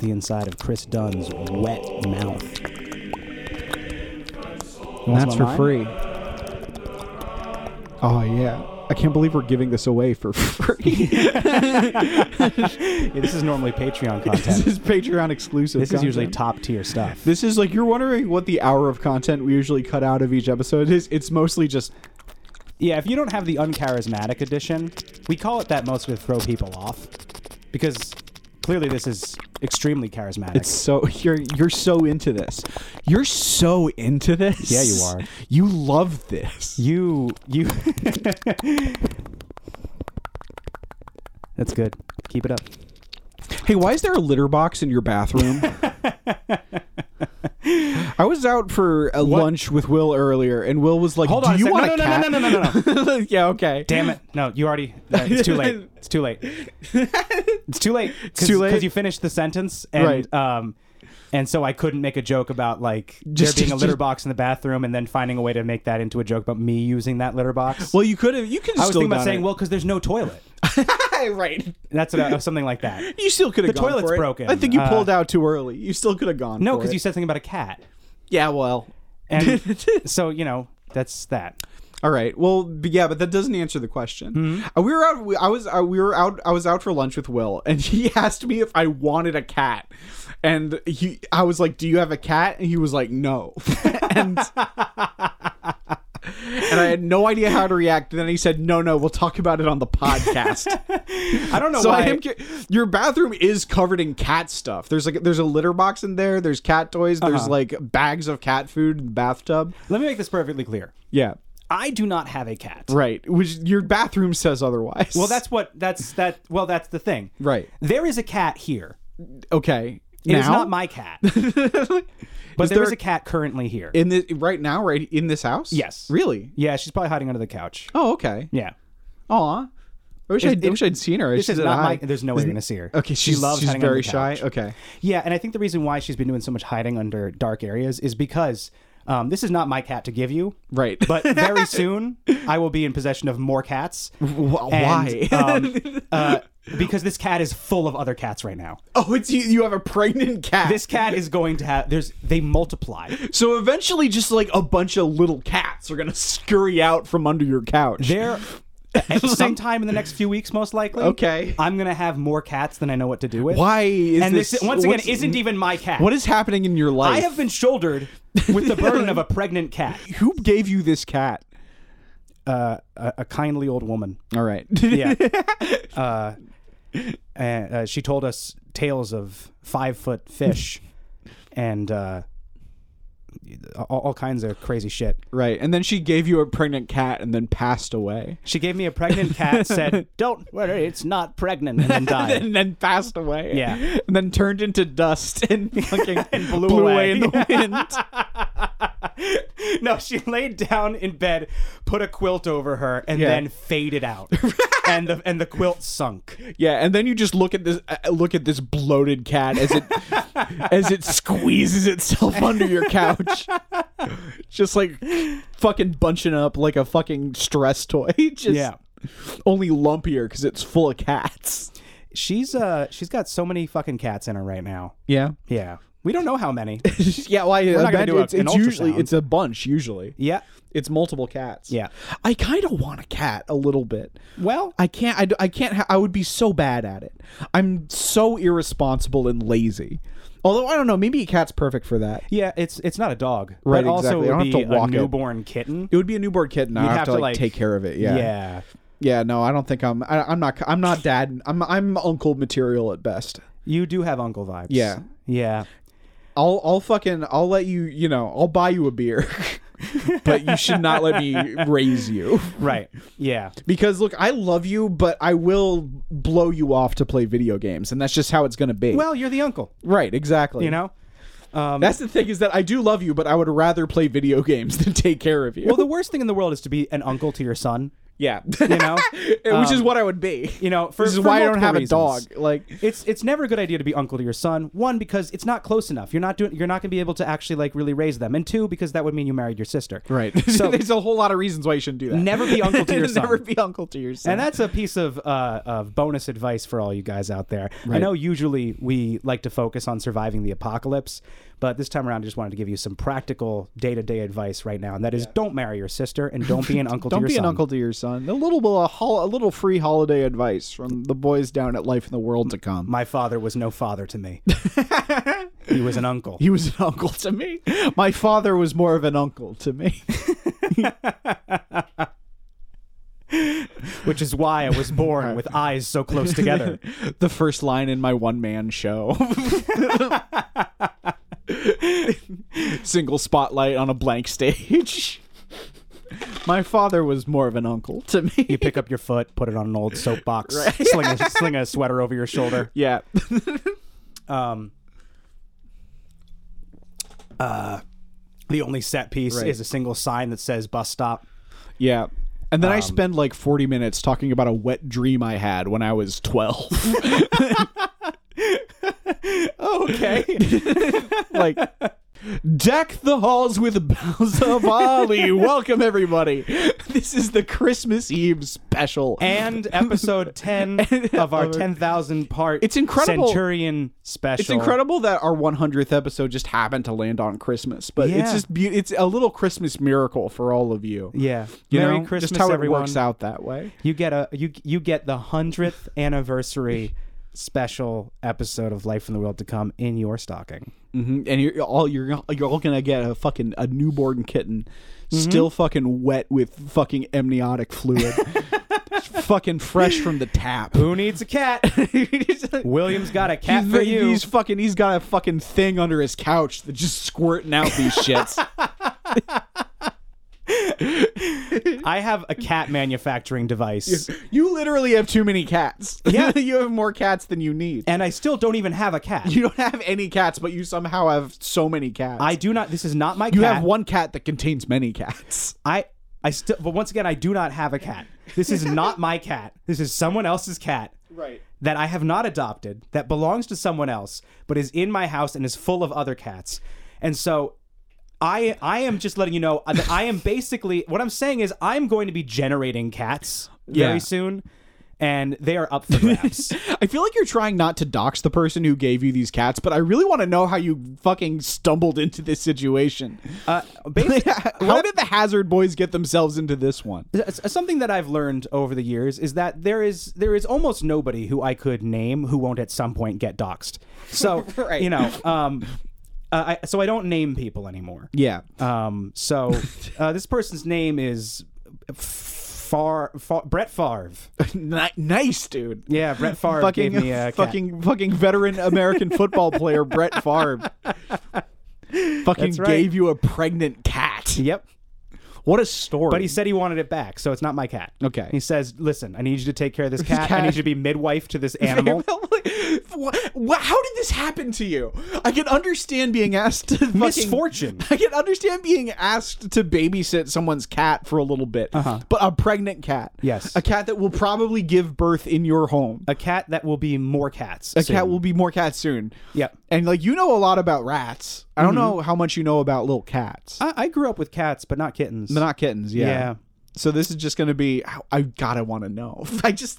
the inside of Chris Dunn's wet mouth. And that's for mine? free. Oh yeah. I can't believe we're giving this away for free. Yeah, this is normally Patreon this content. is Patreon exclusive. This is usually content. top tier stuff. This is like you're wondering what the hour of content we usually cut out of each episode is. It's mostly just Yeah, if you don't have the uncharismatic edition, we call it that mostly to throw people off because clearly this is extremely charismatic. it's so you're you're so into this. You're so into this. Yeah, you are. You love this. you you That's good. Keep it up. Hey, why is there a litter box in your bathroom? I was out for a lunch with Will earlier, and Will was like, Hold "Do on a you sec. want No, a no, no, cat?" no, no, no, no, yeah, okay. Damn it. No, you already no, it's too late. It's too late. It's too late. Cause, too late? Cuz you finished the sentence and Right. um and so I couldn't make a joke about like Just- there being a just- litter just- box in the bathroom and then finding a way to make that into a joke about me using that litter box. Well, you could have. You could. I was thinking about saying, well, because there's no toilet. right. And That's about, something like that. You still could have. The gone toilet's for it. broken. I think you Uh, pulled out too early. You still could have gone. No, for because it. you said something about a cat. Yeah, well. And so, you know, that's that. All right. Well, but yeah, but that doesn't answer the question. Uh, We were out. we- I was. Uh, we were out. I was out for lunch with Will, and he asked me if I wanted a cat, and he. I was like, "Do you have a cat?" And he was like, "No," and. And I had no idea how to react. And then he said, "No, no, we'll talk about it on the podcast." I don't know so why. I am. cu- Your bathroom is covered in cat stuff. There's like there's a litter box in there. There's cat toys. There's like bags of cat food in the bathtub. Let me make this perfectly clear. Yeah, I do not have a cat. Right. Which your bathroom says otherwise. Well, that's what that's that. Well, that's the thing. Right. There is a cat here. okay. It now, is not my cat, but there there is a- a cat currently here. in this right now, right in this house. Yes. Really. yeah, she's probably hiding under the couch. Oh, okay. Yeah. Aw. I wish, I'd, I it- wish I'd seen her. I This should've is said not my. hi. There's no way you're gonna see her. Okay, she she's, loves she's hiding very under the shy. couch. Okay. Yeah, and I think the reason why she's been doing so much hiding under dark areas is because um, this is not my cat to give you. Right. But very soon, I will be in possession of more cats. why? um, uh, because this cat is full of other cats right now. Oh, it's you. You have a pregnant cat. This cat is going to have. There's they multiply. so eventually, just like a bunch of little cats are gonna scurry out from under your couch. They're sometime in the next few weeks, most likely. Okay. I'm gonna have more cats than I know what to do with. Why is and this, this- once again what's- isn't even my cat. what is happening in your life? I have been shouldered with the burden of a pregnant cat, Who gave you this cat? uh, a, a kindly old woman. All right. Yeah. uh, and, uh, she told us tales of five foot fish and uh, all, all kinds of crazy shit. Right. And then she gave you a pregnant cat and then passed away. She gave me a pregnant cat, said, Don't worry, it's not pregnant, and then died. and then passed away. Yeah. And then turned into dust and fucking blew, blew away. away. in the wind. no, she laid down in bed, put a quilt over her, and Yeah. then faded out. and the and the quilt sunk. yeah, and then you just look at this uh, look at this bloated cat as it as it squeezes itself under your couch. just like fucking bunching up like a fucking stress toy. just Yeah. only lumpier cuz it's full of cats. She's uh she's got so many fucking cats in her right now. Yeah. Yeah. We don't know how many. yeah, well, I, not gonna bet do a- it's, it's an usually ultrasound. it's a bunch usually. yeah. It's multiple cats. Yeah. I kind of want a cat a little bit. Well, I can't. I, d- I can't. Ha- I would be so bad at it. I'm so irresponsible and lazy. Although I don't know. Maybe a cat's perfect for that. yeah, it's it's not a dog. Right, but also exactly. I it don't would have be to walk a it. newborn kitten. It would be a newborn kitten. I have, have to, to, like, like- take care of it. Yeah. yeah. Yeah, No, I don't think I'm. I, I'm not. I'm not dad. I'm. I'm uncle material at best. You do have uncle vibes. Yeah. Yeah. I'll. I'll fucking. I'll let you. You know. I'll buy you a beer. but you should not let me raise you. Right. Yeah. Because look, I love you, but I will blow you off to play video games, and that's just how it's going to be. Well, you're the uncle, right, exactly. you know? Um, that's the thing is that I do love you, but I would rather play video games than take care of you. Well, the worst thing in the world is to be an uncle to your son Yeah, Um, You know, which is what I would be. you know, for, Which is for why I don't multiple have reasons. a dog. Like, It's it's never a good idea to be uncle to your son. One because it's not close enough. You're not doing. You're not going to be able to actually like really raise them. And two because that would mean you married your sister. So So there's a whole lot of reasons why you shouldn't do that. Never be uncle to your son. Never be uncle to your son. And that's a piece of, uh, of bonus advice for all you guys out there. I know usually we like to focus on surviving the apocalypse, but this time around I just wanted to give you some practical day to day advice right now, and that is don't marry your sister and don't be an uncle to Don't your be son. an uncle to your son. A little bit of hol- a little free holiday advice from the boys down at Life in the World to come. My father was no father to me, he was an uncle. he was an uncle to me. My father was more of an uncle to me. which is why I was born with eyes so close together. the first line in my one man show. Single spotlight on a blank stage. My father was more of an uncle to me. You pick up your foot, put it on an old soapbox, sling, a, sling a sweater over your shoulder. Yeah. um uh the only set piece Right. is a single sign that says bus stop Yeah. And then I spend like 40 minutes talking about a wet dream I had when I was 12. okay like, deck the halls with boughs of holly. Welcome, everybody. This is the Christmas Eve special. and episode 10 of our 10000 part It's incredible- centurion special It's incredible that our 100th episode just happened to land on Christmas, but it's Yeah. just be- it's a little Christmas miracle for all of you. yeah You merry know, christmas just how everyone it works out that way. you get a you you get the 100th anniversary special episode of life in the world to come in your stocking hmm And you're all you're gonna- you're all gonna get a fucking a newborn kitten, Mm-hmm. still fucking wet with fucking amniotic fluid, fucking fresh from the tap. who needs a cat william's got a cat He's- for you He's fucking. He's got a fucking thing under his couch that just squirting out these shits. i have a cat manufacturing device you literally have too many cats. Yeah. you have more cats than you need. and I still don't even have a cat. You don't have any cats, but you somehow have so many cats. I do not. This is not my you cat. have one cat that contains many cats. I I still. But once again, I do not have a cat. This is not my cat. This is someone else's cat Right. that I have not adopted. That belongs to someone else, but is in my house and is full of other cats. And so, I I am just letting you know uh, that I am basically what I'm saying is I'm going to be generating cats Yeah. very soon, and they are up for grabs. I feel like you're trying not to dox the person who gave you these cats, but I really want to know how you fucking stumbled into this situation. uh, basically, how did the Hazard Boys get themselves into this one? S- s- something that I've learned over the years is that there is there is almost nobody who I could name who won't at some point get doxxed. So Right. you know, um, uh, I, so I don't name people anymore. Yeah. Um, so uh, this person's name is Far, Far Brett Favre. Ni- nice, dude. Yeah, Brett Favre Fucking, gave me a cat. fucking, fucking veteran American football player Brett Favre. Fucking That's right. gave you a pregnant cat. Yep. What a story. But he said he wanted it back, so it's not my cat. Okay. He says, "Listen, I need you to take care of this cat. cat. I need you to be midwife to this animal." What- what- How did this happen to you? I can understand being asked to fucking- Misfortune. I can understand being asked to babysit someone's cat for a little bit, but a pregnant cat. Uh-huh. Yes. Uh, a cat that will probably give birth in your home. A cat that will be more cats. A cat will be more cats soon. Yep. and like you know a lot about rats. I don't know how much you know about little cats. Mm-hmm. I, I grew up with cats, but not kittens. They're not kittens. Yeah. Yeah. So this is just gonna be. I- I gotta want to know. I just.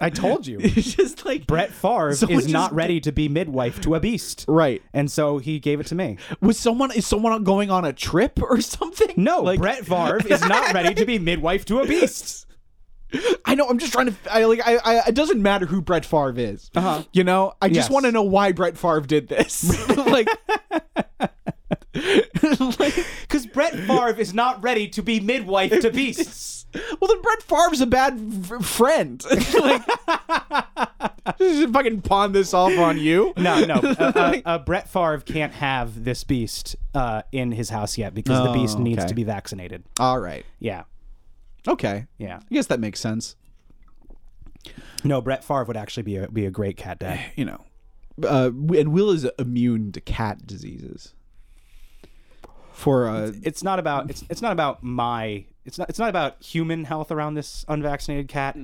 I told you. it's just like Brett Favre Someone is not just- ready to be midwife to a beast. Right. And so he gave it to me. Was someone is someone going on a trip or something? No, Like- Brett Favre is not ready to be midwife to a beast. I know. I'm just trying to. I like. I. I it doesn't matter who Brett Favre is. Uh-huh. You know. I just Yes. want to know why Brett Favre did this. like. like- Because Brett Favre is not ready to be midwife to beasts. well, then Brett Favre's a bad f- friend. like, just fucking pawn this off on you. No, no. Uh, uh, uh, Brett Favre can't have this beast uh, in his house yet because the beast Oh, needs okay. to be vaccinated. All right. Yeah, Okay. yeah. I guess that makes sense. No, Brett Favre would actually be a, be a great cat dad. You know. Uh, and Will is immune to cat diseases. for uh, it's not about it's it's not about my it's not it's not about human health around this unvaccinated cat.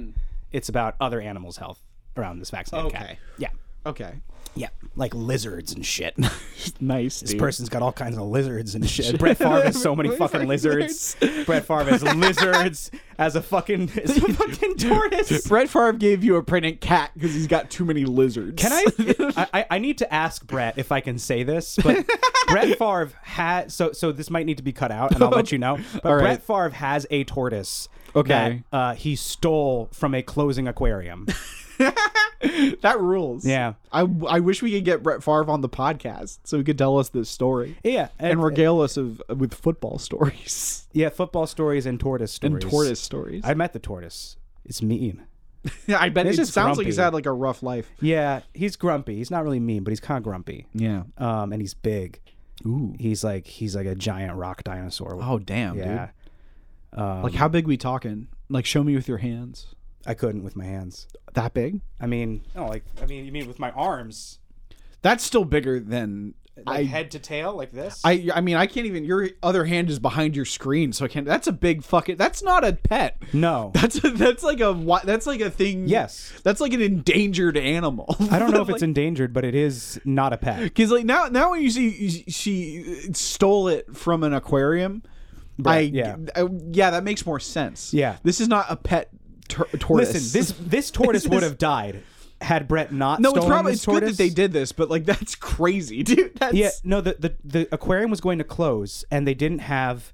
It's about other animals' health around this vaccinated cat. Okay. Yeah. okay. Yeah. Like lizards and shit. Nice. This person's got all kinds of lizards and shit. Brett Favre has so many fucking lizards. Brett Favre has lizards as a fucking as a fucking tortoise. Brett Favre gave you a pregnant cat because he's got too many lizards. Can I, I? I need to ask Brett if I can say this, but Brett Favre had so so this might need to be cut out, and I'll let you know. But All Brett right. Favre has a tortoise. Okay. that, uh, he stole from a closing aquarium. that rules. Yeah. I, I wish we could get Brett Favre on the podcast so he could tell us this story Yeah, and regale us of with football stories yeah, football stories and tortoise stories. and tortoise stories. I met the tortoise. It's mean. Yeah, I bet it It's sounds just like he's grumpy. had like a rough life. Yeah, he's grumpy. He's not really mean, but he's kind of grumpy. Yeah. Um, and he's big. Ooh. He's like he's like a giant rock dinosaur. Oh damn, yeah, dude. Like how big we talking? Like show me with your hands. I couldn't with my hands. That big? I mean, no, like I mean, you mean with my arms, That's still bigger than like I head to tail, like this? I I mean I can't even your other hand is behind your screen so I can't that's a big fucking that's not a pet. no, That's a, that's like a wi- that's like a thing. Yes. That's like an endangered animal. I don't know if it's endangered, but it is not a pet. Because like now, now when you see you- she stole it from an aquarium, I, yeah. I- yeah, that makes more sense. Yeah. this is not a pet tur- tortoise. Listen, this this tortoise This would is- have died had Brett not. no, it's stolen probably this it's good tortoise. that they did this, but like that's crazy, dude. That's Yeah, no, the, the the aquarium was going to close, and they didn't have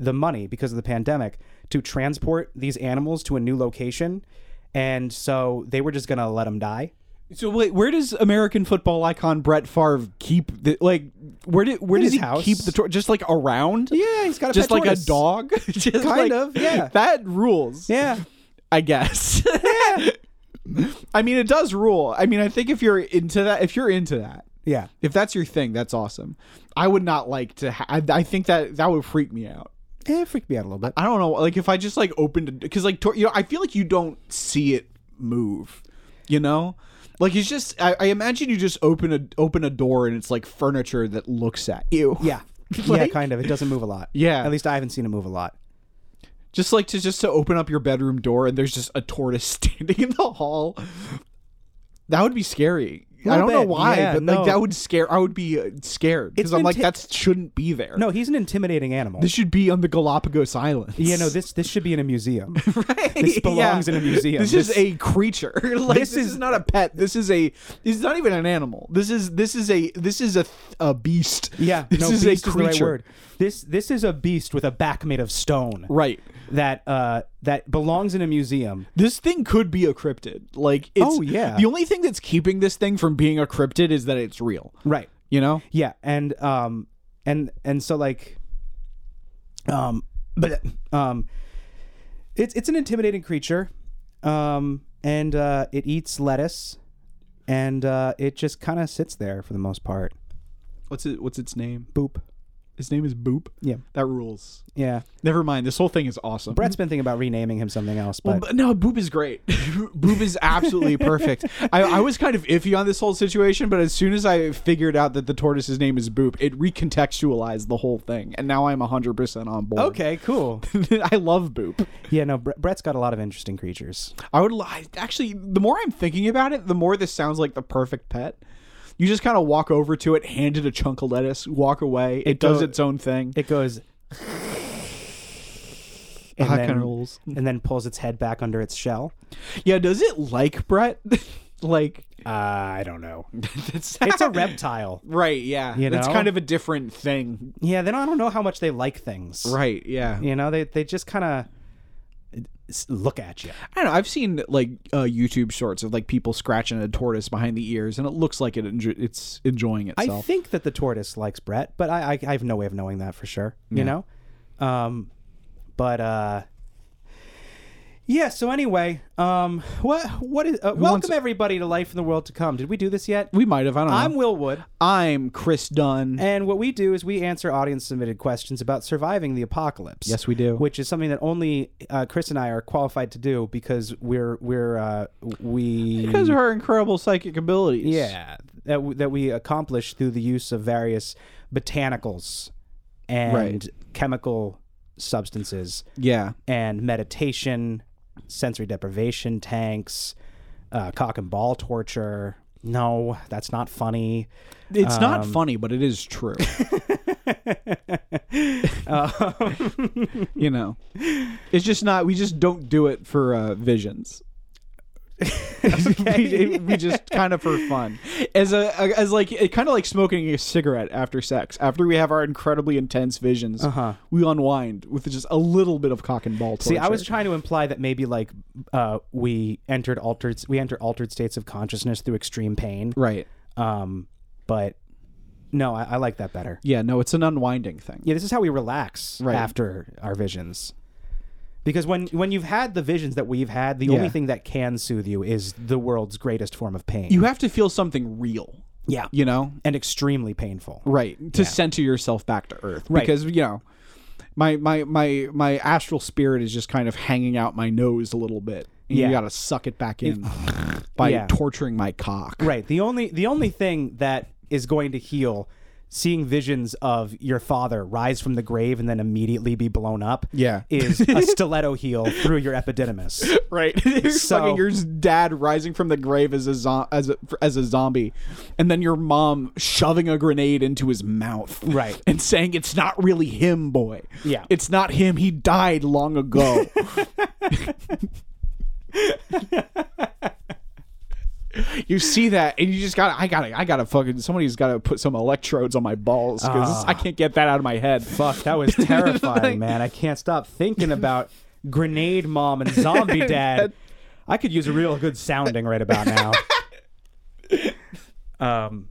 the money because of the pandemic to transport these animals to a new location, and so they were just gonna let them die. so. Wait, where does American football icon Brett Favre keep the like? Where did where his does he house. keep the tortoise? Just like around? Yeah, he's got a just pet like tortoise. a dog. Just kind of, yeah. That rules. Yeah, I guess. I mean, it does rule. I mean, I think if you're into that, if you're into that, yeah. if that's your thing, that's awesome. I would not like to. Ha- I, I think that that would freak me out. Eh, it freaked me out a little bit. I don't know. Like if I just like opened because like tor- you know, I feel like you don't see it move. You know, like it's just. I, I imagine you just open a open a door and it's like furniture that looks at you. Yeah, yeah, Like- kind of. It doesn't move a lot. Yeah. at least I haven't seen it move a lot. Just like to just to open up your bedroom door and there's just a tortoise standing in the hall. That would be scary. I Little don't know bit, why, yeah, but no. like that would scare. I would be uh, scared because It's I'm been like ta- that shouldn't be there. No, he's an intimidating animal. this should be on the Galapagos Islands. yeah, no, this this should be in a museum. right? this belongs in a museum. This, is This- a creature. like This this, is- is not a pet. This is a. This is not even an animal. This is this is a this is a th- a beast. Yeah, this no, beast is a is the creature. right word. This this is a beast with a back made of stone. Right. That uh that belongs in a museum. This thing could be a cryptid. Like it's, Oh, yeah. The only thing that's keeping this thing from being a cryptid is that it's real. Right. You know. Yeah, and um and and so like um but um it's it's an intimidating creature. Um and uh it eats lettuce and uh it just kind of sits there for the most part. What's it? What's its name? Boop. His name is Boop. Yeah. That rules. Yeah. Never mind. This whole thing is awesome. Brett's been thinking about renaming him something else, but But no, Boop is great. Boop is absolutely perfect. I, I was kind of iffy on this whole situation, but as soon as I figured out that the tortoise's name is Boop, it recontextualized the whole thing, and now I'm 100% on board. okay, cool. I love Boop. yeah, no, Bre- Brett's got a lot of interesting creatures. I would li- actually, the more I'm thinking about it, the more this sounds like the perfect pet. You just kind of walk over to it, hand it a chunk of lettuce, walk away. It, does go- its own thing. It goes and Ah, then, kinda rules. and then pulls its head back under its shell. yeah, does it like Brett? like, Uh, I don't know. that's, It's a reptile. right? Yeah, You that's know? kind of a different thing. Yeah, then I don't know how much they like things. Right? Yeah. You know, they they just kind of look at you. I don't know. I've seen like uh, YouTube shorts of like people scratching a tortoise behind the ears, and it looks like it enjo- it's enjoying I itself. think that the tortoise likes Brett, but I, I I have no way of knowing that for sure. You know, um, but uh. Yeah. So anyway, um, what what is uh, welcome wants- everybody to life in the world to come. Did we do this yet? we might have. I don't I'm know. Will Wood. I'm Chris Dunn. And what we do is we answer audience submitted questions about surviving the apocalypse. Yes, we do. Which is something that only uh, Chris and I are qualified to do because we're we're uh, we because of her incredible psychic abilities. yeah that w- that we accomplish through the use of various botanicals and Right. chemical substances Yeah. and meditation, sensory deprivation tanks, uh, cock and ball torture. No, that's not funny. It's not funny, but it is true. Um, you know, it's just not. We just don't do it for uh, visions. we, we just kind of for fun, as a as like kind of like smoking a cigarette after sex. After we have our incredibly intense visions, uh-huh. we unwind with just a little bit of cock and ball. Torture. See, I was trying to imply that maybe like uh, we entered altered we enter altered states of consciousness through extreme pain. right. Um, but no, I, I like that better. Yeah, no, it's an unwinding thing. Yeah, this is how we relax Right. after our visions. Because when when you've had the visions that we've had, the only thing that can soothe you is the world's greatest form of pain. You have to feel something real. yeah, You know, and extremely painful. right to center yourself back to earth Right. because you know my my my my astral spirit is just kind of hanging out my nose a little bit and Yeah. you gotta suck it back in by Yeah. torturing my cock Right. The only the only thing that is going to heal seeing visions of your father rise from the grave and then immediately be blown up Yeah. is a stiletto heel through your epididymis. right You're So- fucking your dad rising from the grave as a zo- as a, as a zombie and then your mom shoving a grenade into his mouth Right. and saying it's not really him boy Yeah. it's not him he died long ago You see that, and you just got. to I gotta. I gotta fucking. Somebody's gotta put some electrodes on my balls because Ah. I can't get that out of my head. Fuck, that was terrifying, man. I can't stop thinking about grenade mom and zombie dad. I could use a real good sounding right about now. Um,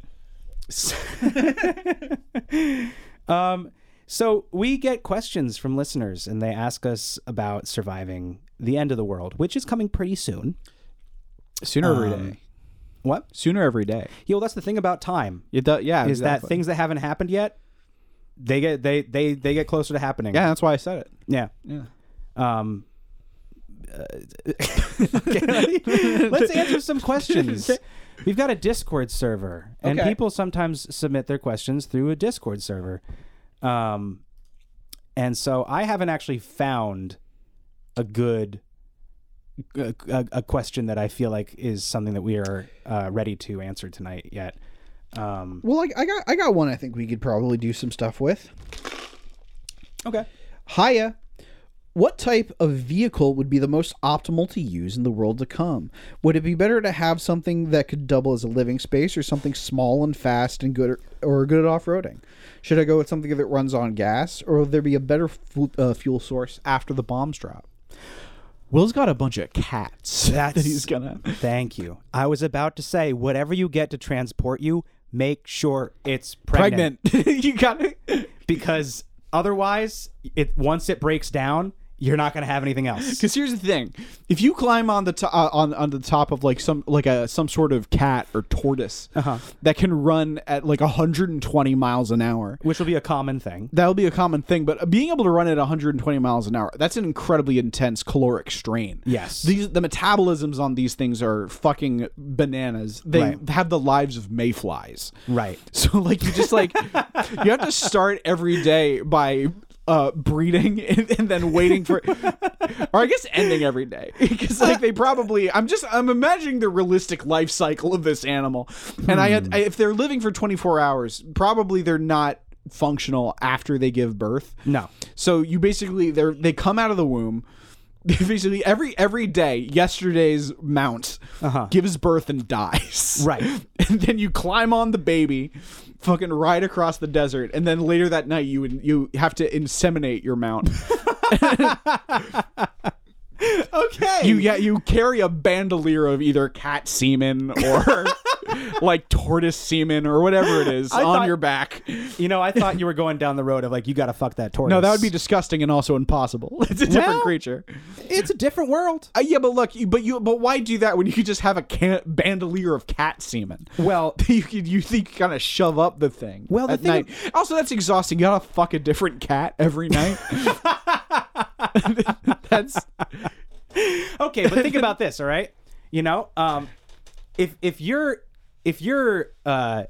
s- um, so we get questions from listeners, and they ask us about surviving the end of the world, which is coming pretty soon. Sooner every day. What? Um, Sooner every day. Yeah, well, that's the thing about time It does. Yeah. is that things that haven't happened yet, they get they they they get closer to happening. Yeah. That's why I said it. Yeah. Yeah. Um, uh, okay, let's answer some questions. We've got a Discord server, and Okay. people sometimes submit their questions through a Discord server. Um, and so I haven't actually found a good a, a- a question that I feel like is something that we are uh, ready to answer tonight yet. Um, Well, I, I got I got one. I think we could probably do some stuff with. okay. Haya, what type of vehicle would be the most optimal to use in the world to come? Would it be better to have something that could double as a living space, or something small and fast and good, or good at off-roading? Should I go with something that runs on gas, or would there be a better fu- uh, fuel source? After the bombs drop, Will's got a bunch of cats that That's- he's gonna. Thank you. I was about to say, whatever you get to transport you, make sure it's pregnant. Pregnant. you got it. because otherwise it once it breaks down you're not going to have anything else Because here's the thing: if you climb on the to- uh, on on the top of like some like a some sort of cat or tortoise that can run at like 120 miles an hour, which will be a common thing that'll be a common thing. But being able to run at 120 miles an hour, that's an incredibly intense caloric strain. Yes. these the metabolisms on these things are fucking bananas. They Right. have the lives of mayflies. right So like you just like you have to start every day by uh breeding and, and then waiting for or I guess ending every day because like they probably I'm just I'm imagining the realistic life cycle of this animal and I Hmm. had I, if they're living for 24 hours probably they're not functional after they give birth no so you basically they are they come out of the womb. Basically, every every day, yesterday's mount gives birth and dies. Right. and then you climb on the baby, fucking ride across the desert, and then later that night you would you have to inseminate your mount. okay you yeah you carry a bandolier of either cat semen or like tortoise semen or whatever it is I on thought- your back. you know i thought you were going down the road of like you got to fuck that tortoise No, that would be disgusting and also impossible. It's a different Well, creature. it's a different world Uh, yeah, but look, you- but you, but why do that when you could just have a can- bandolier of cat semen? well You could, you think kind of shove up the thing. Well, the at thing- night. also that's exhausting. You gotta fuck a different cat every night. that's okay but think about this all right you know um if if you're if you're uh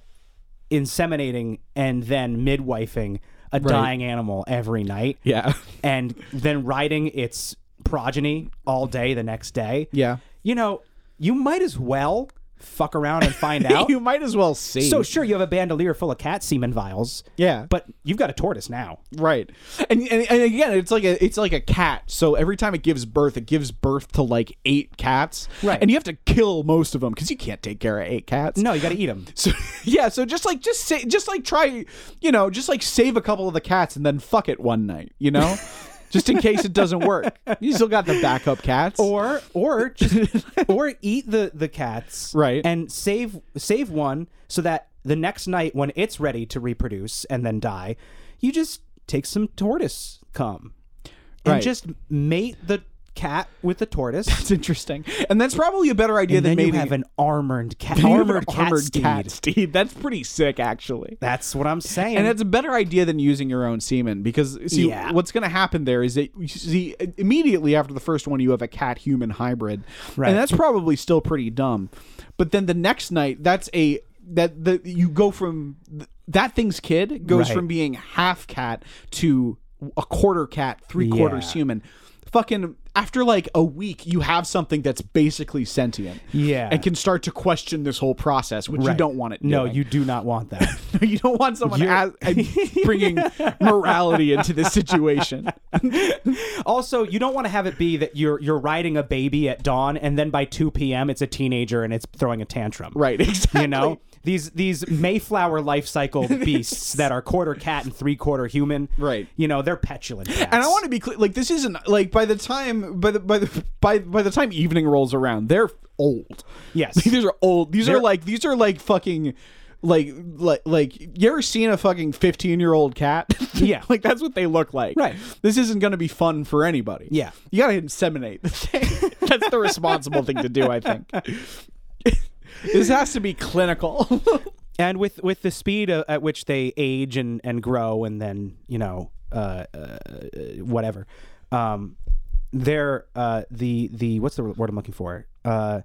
inseminating and then midwifing a dying animal every night Yeah. and then riding its progeny all day the next day. Yeah. You know, you might as well fuck around and find out. you might as well see. so sure, you have a bandolier full of cat semen vials. Yeah. But you've got a tortoise now. Right, and, and and again, it's like a it's like a cat. So every time it gives birth, it gives birth to like eight cats. Right. and you have to kill most of them because you can't take care of eight cats. No, you got to eat them. So yeah, so just like just say just like try, you know, just like save a couple of the cats and then fuck it one night, you know, just in case it doesn't work. You still got the backup cats. Or or just or eat the the cats. Right. And save save one so that the next night when it's ready to reproduce and then die, you just take some tortoise cum and Right. just mate the cat with the tortoise. it's interesting, and that's probably a better idea than then you maybe have an armored cat, you have an armored, cat, steed. cat steed. That's pretty sick, actually. That's what I'm saying. And that's a better idea than using your own semen because see Yeah. what's going to happen there is that you see immediately after the first one you have a cat human hybrid, Right. and that's probably still pretty dumb. But then the next night, that's a that the you go from that thing's kid goes Right. from being half cat to a quarter cat, three quarters Yeah. human. Fucking after like a week, you have something that's basically sentient, Yeah. and can start to question this whole process, which you Right. don't want it. No, doing. you do not want that. you don't want someone You're- as- bringing morality into this situation. also, you don't want to have it be that you're you're riding a baby at dawn, and then by 2 p.m. it's a teenager and it's throwing a tantrum. Right, exactly. You know these these Mayflower life cycle beasts that are quarter cat and three quarter human. Right. You know they're petulant. Cats. And I want to be clear, like this isn't like by the time by the by the by by the time evening rolls around, they're old. Yes. these are old. These are They're- like these are like fucking like like like you ever seen a fucking fifteen year old cat? Yeah. like that's what they look like. Right. This isn't going to be fun for anybody. Yeah. you got to inseminate the thing. that's the responsible thing to do, I think. this has to be clinical. and with with the speed uh, at which they age and and grow and then you know uh, uh uh, whatever um their uh the the what's the word i'm looking for uh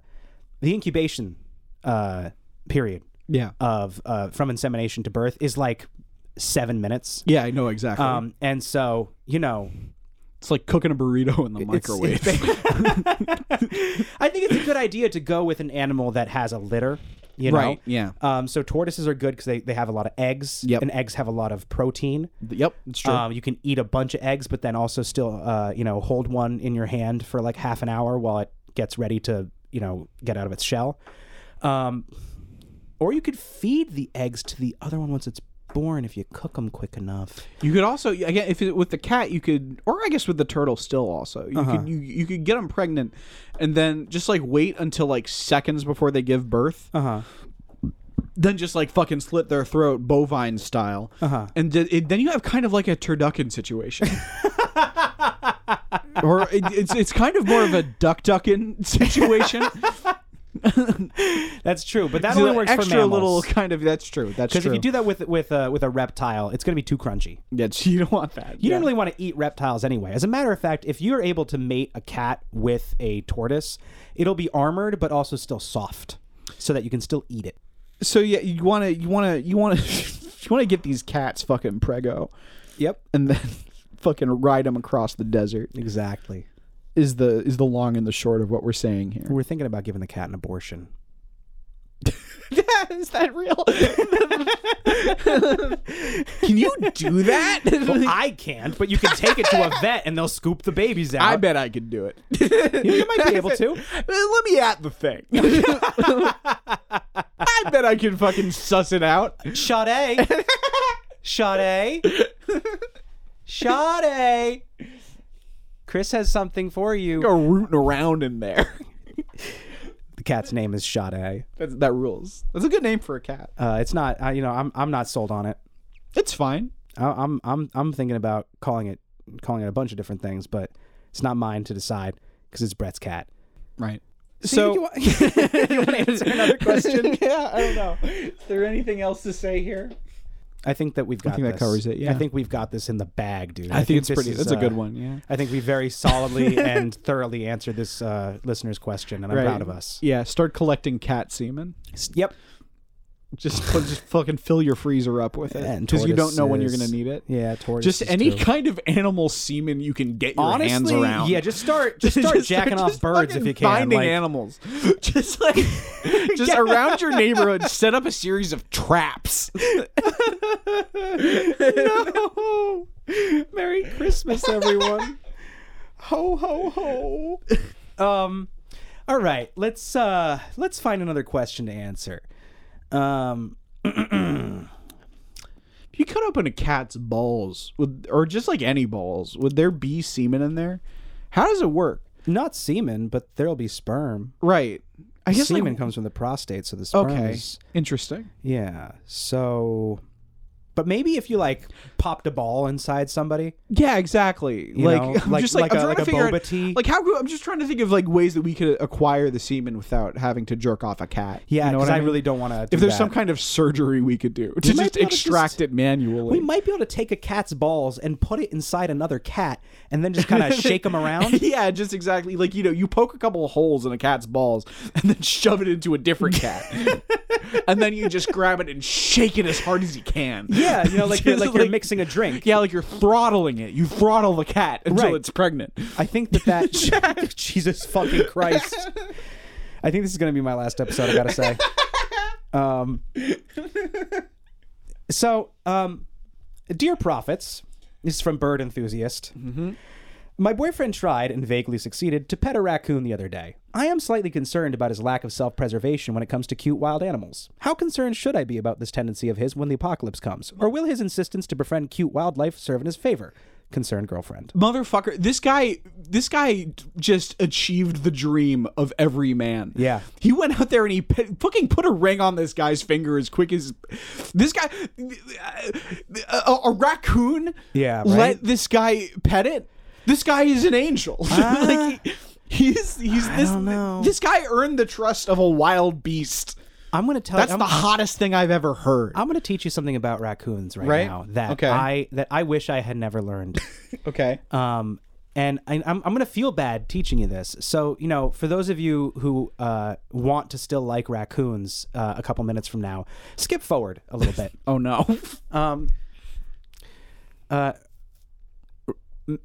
the incubation uh period yeah. of uh from insemination to birth is like seven minutes Yeah, I know exactly. um and so you know it's like cooking a burrito in the it's- microwave. I think it's a good idea to go with an animal that has a litter. You know? Right, yeah. Um, so tortoises are good because they, they have a lot of eggs. Yep. And eggs have a lot of protein. yep, it's true. Um, you can eat a bunch of eggs, but then also still, uh, you know, hold one in your hand for like half an hour while it gets ready to, you know, get out of its shell. Um, or you could feed the eggs to the other one once it's born if you cook them quick enough. you could also again if it, with the cat you could or I guess with the turtle still also. You could you, you could get them pregnant and then just like wait until like seconds before they give birth. Uh-huh. Then just like fucking slit their throat bovine style. Uh-huh. And th- it, then you have kind of like a turducken situation. or it, it's it's kind of more of a duck duckin situation. That's true, but that So only the works for extra mammals. little kind of that's true. That's because true. if you do that with with uh, with a reptile, it's going to be too crunchy. yeah, you don't want that. You yeah. don't really want to eat reptiles anyway. As a matter of fact, if you're able to mate a cat with a tortoise, it'll be armored but also still soft so that you can still eat it. So yeah, you want to you want to you want to you want to get these cats fucking prego Yep. and then fucking ride them across the desert Exactly. is the is the long and the short of what we're saying here. We're thinking about giving the cat an abortion. is that real? Can you do that? Well, I can't, but you can take it to a vet and they'll scoop the babies out. I bet I could do it. you might be able to. Let me at the thing. I bet I can fucking suss it out. Sade. Sade. Sade. Chris has something for you. Go rooting around in there. The cat's name is Sade. That's, that rules. That's a good name for a cat. Uh, it's not. I, you know, I'm I'm not sold on it. It's fine. I, I'm I'm I'm thinking about calling it calling it a bunch of different things, but it's not mine to decide because it's Brett's cat. Right. you So, want, you want to answer another question? yeah, I don't know. Is there anything else to say here? I think that we've got. think that this. covers it, yeah. I think we've got this in the bag, dude. I, think, it's this pretty. is, That's a good uh, one. Yeah. I think we very solidly and thoroughly answered this uh, listener's question, and I'm proud of us. Yeah. Start collecting cat semen. S- Yep. Just put- just fucking fill your freezer up with it And because you don't know when you're gonna tortoises. need it. Yeah, tortoise. Just any kind of animal semen you can get your Honestly, hands around. yeah. Just start, just start jacking off just birds if fucking you can. Finding like- animals, just like just around your neighborhood, set up a series of traps. no. Merry Christmas, everyone. ho ho ho. Um all right, let's uh let's find another question to answer. Um If you cut open a cat's balls, with, or just like any balls, would there be semen in there? How does it work? not semen, but there'll be sperm. Right. I guess semen like, comes from the prostate, so the sperm okay. is Interesting. yeah. So but maybe if you like popped a ball inside somebody, Yeah, exactly. You like, know, I'm like- just like, like I'm a- trying like to a figure out- boba tea. Like how I'm just trying to think of like ways that we could acquire the semen without having to jerk off a cat. yeah, you know what 'cause I, mean? really don't want to. if there's some kind of surgery we could do to might just be able to extract just- it manually. We might be able to take a cat's balls and put it inside another cat, and then just kind of shake them around. yeah, just exactly. Like, you know, you poke a couple of holes in a cat's balls and then shove it into a different cat. and then you just grab it and shake it as hard as you can. Yeah, you know, like you're, Just like, you're mixing a drink. Yeah, like you're throttling it. You throttle the cat until Right. it's pregnant. I think that that Jesus fucking Christ. I think this is gonna be my last episode. I gotta say. Um. So, um, dear prophets, this is from Bird Enthusiast. My boyfriend tried and vaguely succeeded to pet a raccoon the other day. I am slightly concerned about his lack of self preservation when it comes to cute wild animals. How concerned should I be about this tendency of his when the apocalypse comes? Or will his insistence to befriend cute wildlife serve in his favor? Concerned girlfriend. Motherfucker, this guy this guy just achieved the dream of every man. Yeah. He went out there and he put, fucking put a ring on this guy's finger as quick as this guy a, a- a raccoon Yeah, right? let this guy pet it. This guy is an angel. like he- he's he's this Uh. don't know. this guy earned the trust of a wild beast. I'm gonna tell. That's I'm, the hottest thing I've ever heard. I'm gonna teach you something about raccoons right, Right? now that Okay. I that I wish I had never learned. Okay. um, and I, I'm I'm gonna feel bad teaching you this. So you know, for those of you who uh, want to still like raccoons, uh, a couple minutes from now, skip forward a little bit. oh no. Um, uh, m-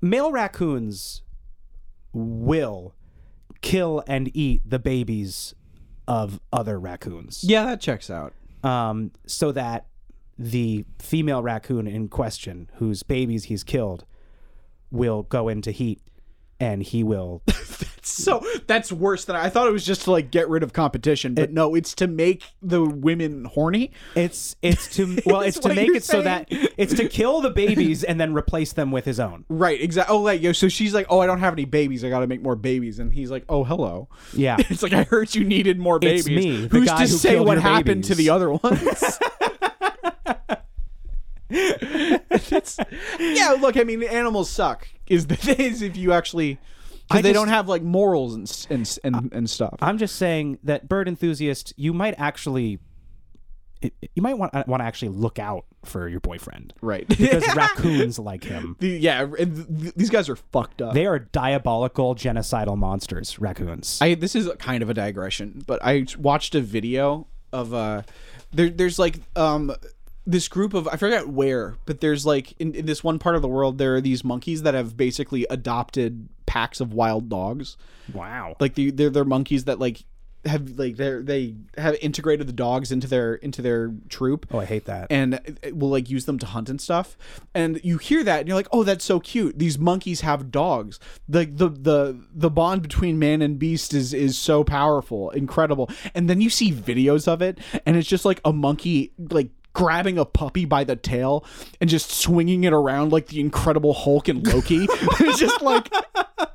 male raccoons will kill and eat the babies of other raccoons. yeah, that checks out. um, so that the female raccoon in question, whose babies he's killed, will go into heat, and he will. So that's worse than I, I thought. It was just to like get rid of competition, but no, it's to make the women horny. It's it's to well, That's it's to what make you're it so that it's to kill the babies and then replace them with his own. Right? Exactly. Oh, like yo. So she's like, "Oh, I don't have any babies. I got to make more babies." And he's like, "Oh, hello." Yeah. It's like I heard you needed more babies. It's me, the Who's guy to who say killed what your happened to babies. the other ones? That's- yeah. Look, I mean, animals suck. Is the is if you actually. 'cause I they just- don't have like morals and s- and s- and, and stuff. I'm just saying that bird enthusiast, you might actually, you might want want to actually look out for your boyfriend right. because raccoons like him. The- yeah, and th- th- these guys are fucked up. They are diabolical, genocidal monsters. Raccoons. I this is kind of a digression, but I watched a video of uh there there's like um this group of I forget where, but there's like in, in this one part of the world there are these monkeys that have basically adopted packs of wild dogs. wow. Like the, they're they're monkeys that like have like they are they have integrated the dogs into their into their troop oh, I hate that. and it will like use them to hunt and stuff. And you hear that and you're like, "Oh, that's so cute. These monkeys have dogs." The the the the bond between man and beast is is so powerful, incredible. And then you see videos of it and it's just like a monkey like grabbing a puppy by the tail and just swinging it around like the incredible Hulk and Loki. it's just like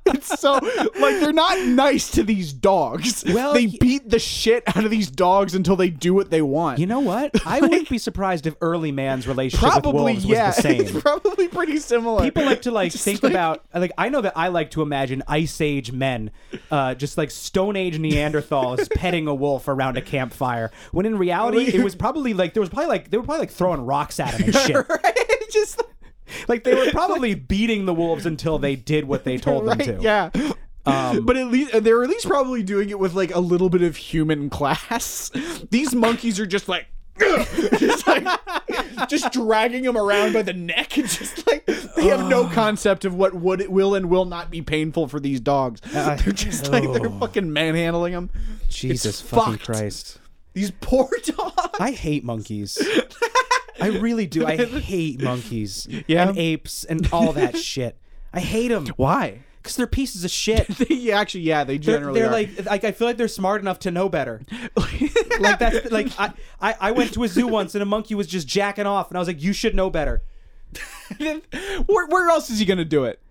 it's so like they're not nice to these dogs. Well, they y- beat the shit out of these dogs until they do what they want. You know what? I wouldn't be surprised if early man's relationship with probably wolves yeah was the it's same. probably pretty similar People like to like think about like I know that I like to imagine Ice Age men, uh, just like Stone Age Neanderthals petting a wolf around a campfire. When in reality, it was probably like there was probably like they were probably like throwing rocks at him and shit. right just Like they were probably beating the wolves until they did what they told right them Um, to. yeah but at least they're at least probably doing it with like a little bit of human class. These monkeys are just like. just like just dragging him around by the neck and just like they have no concept of what would will and will not be painful for these dogs. Uh, they're just like they're fucking manhandling him. oh. Jesus It's fucking fucked. Christ. These poor dogs. I hate monkeys. I really do. I hate monkeys. Yeah? And apes and all that shit. I hate them. Why? Because they're pieces of shit. yeah, actually, yeah, they They're, generally they're are. like, like I feel like they're smart enough to know better. like that's like I, I, I went to a zoo once and a monkey was just jacking off and I was like, you should know better. where, where else is he gonna do it?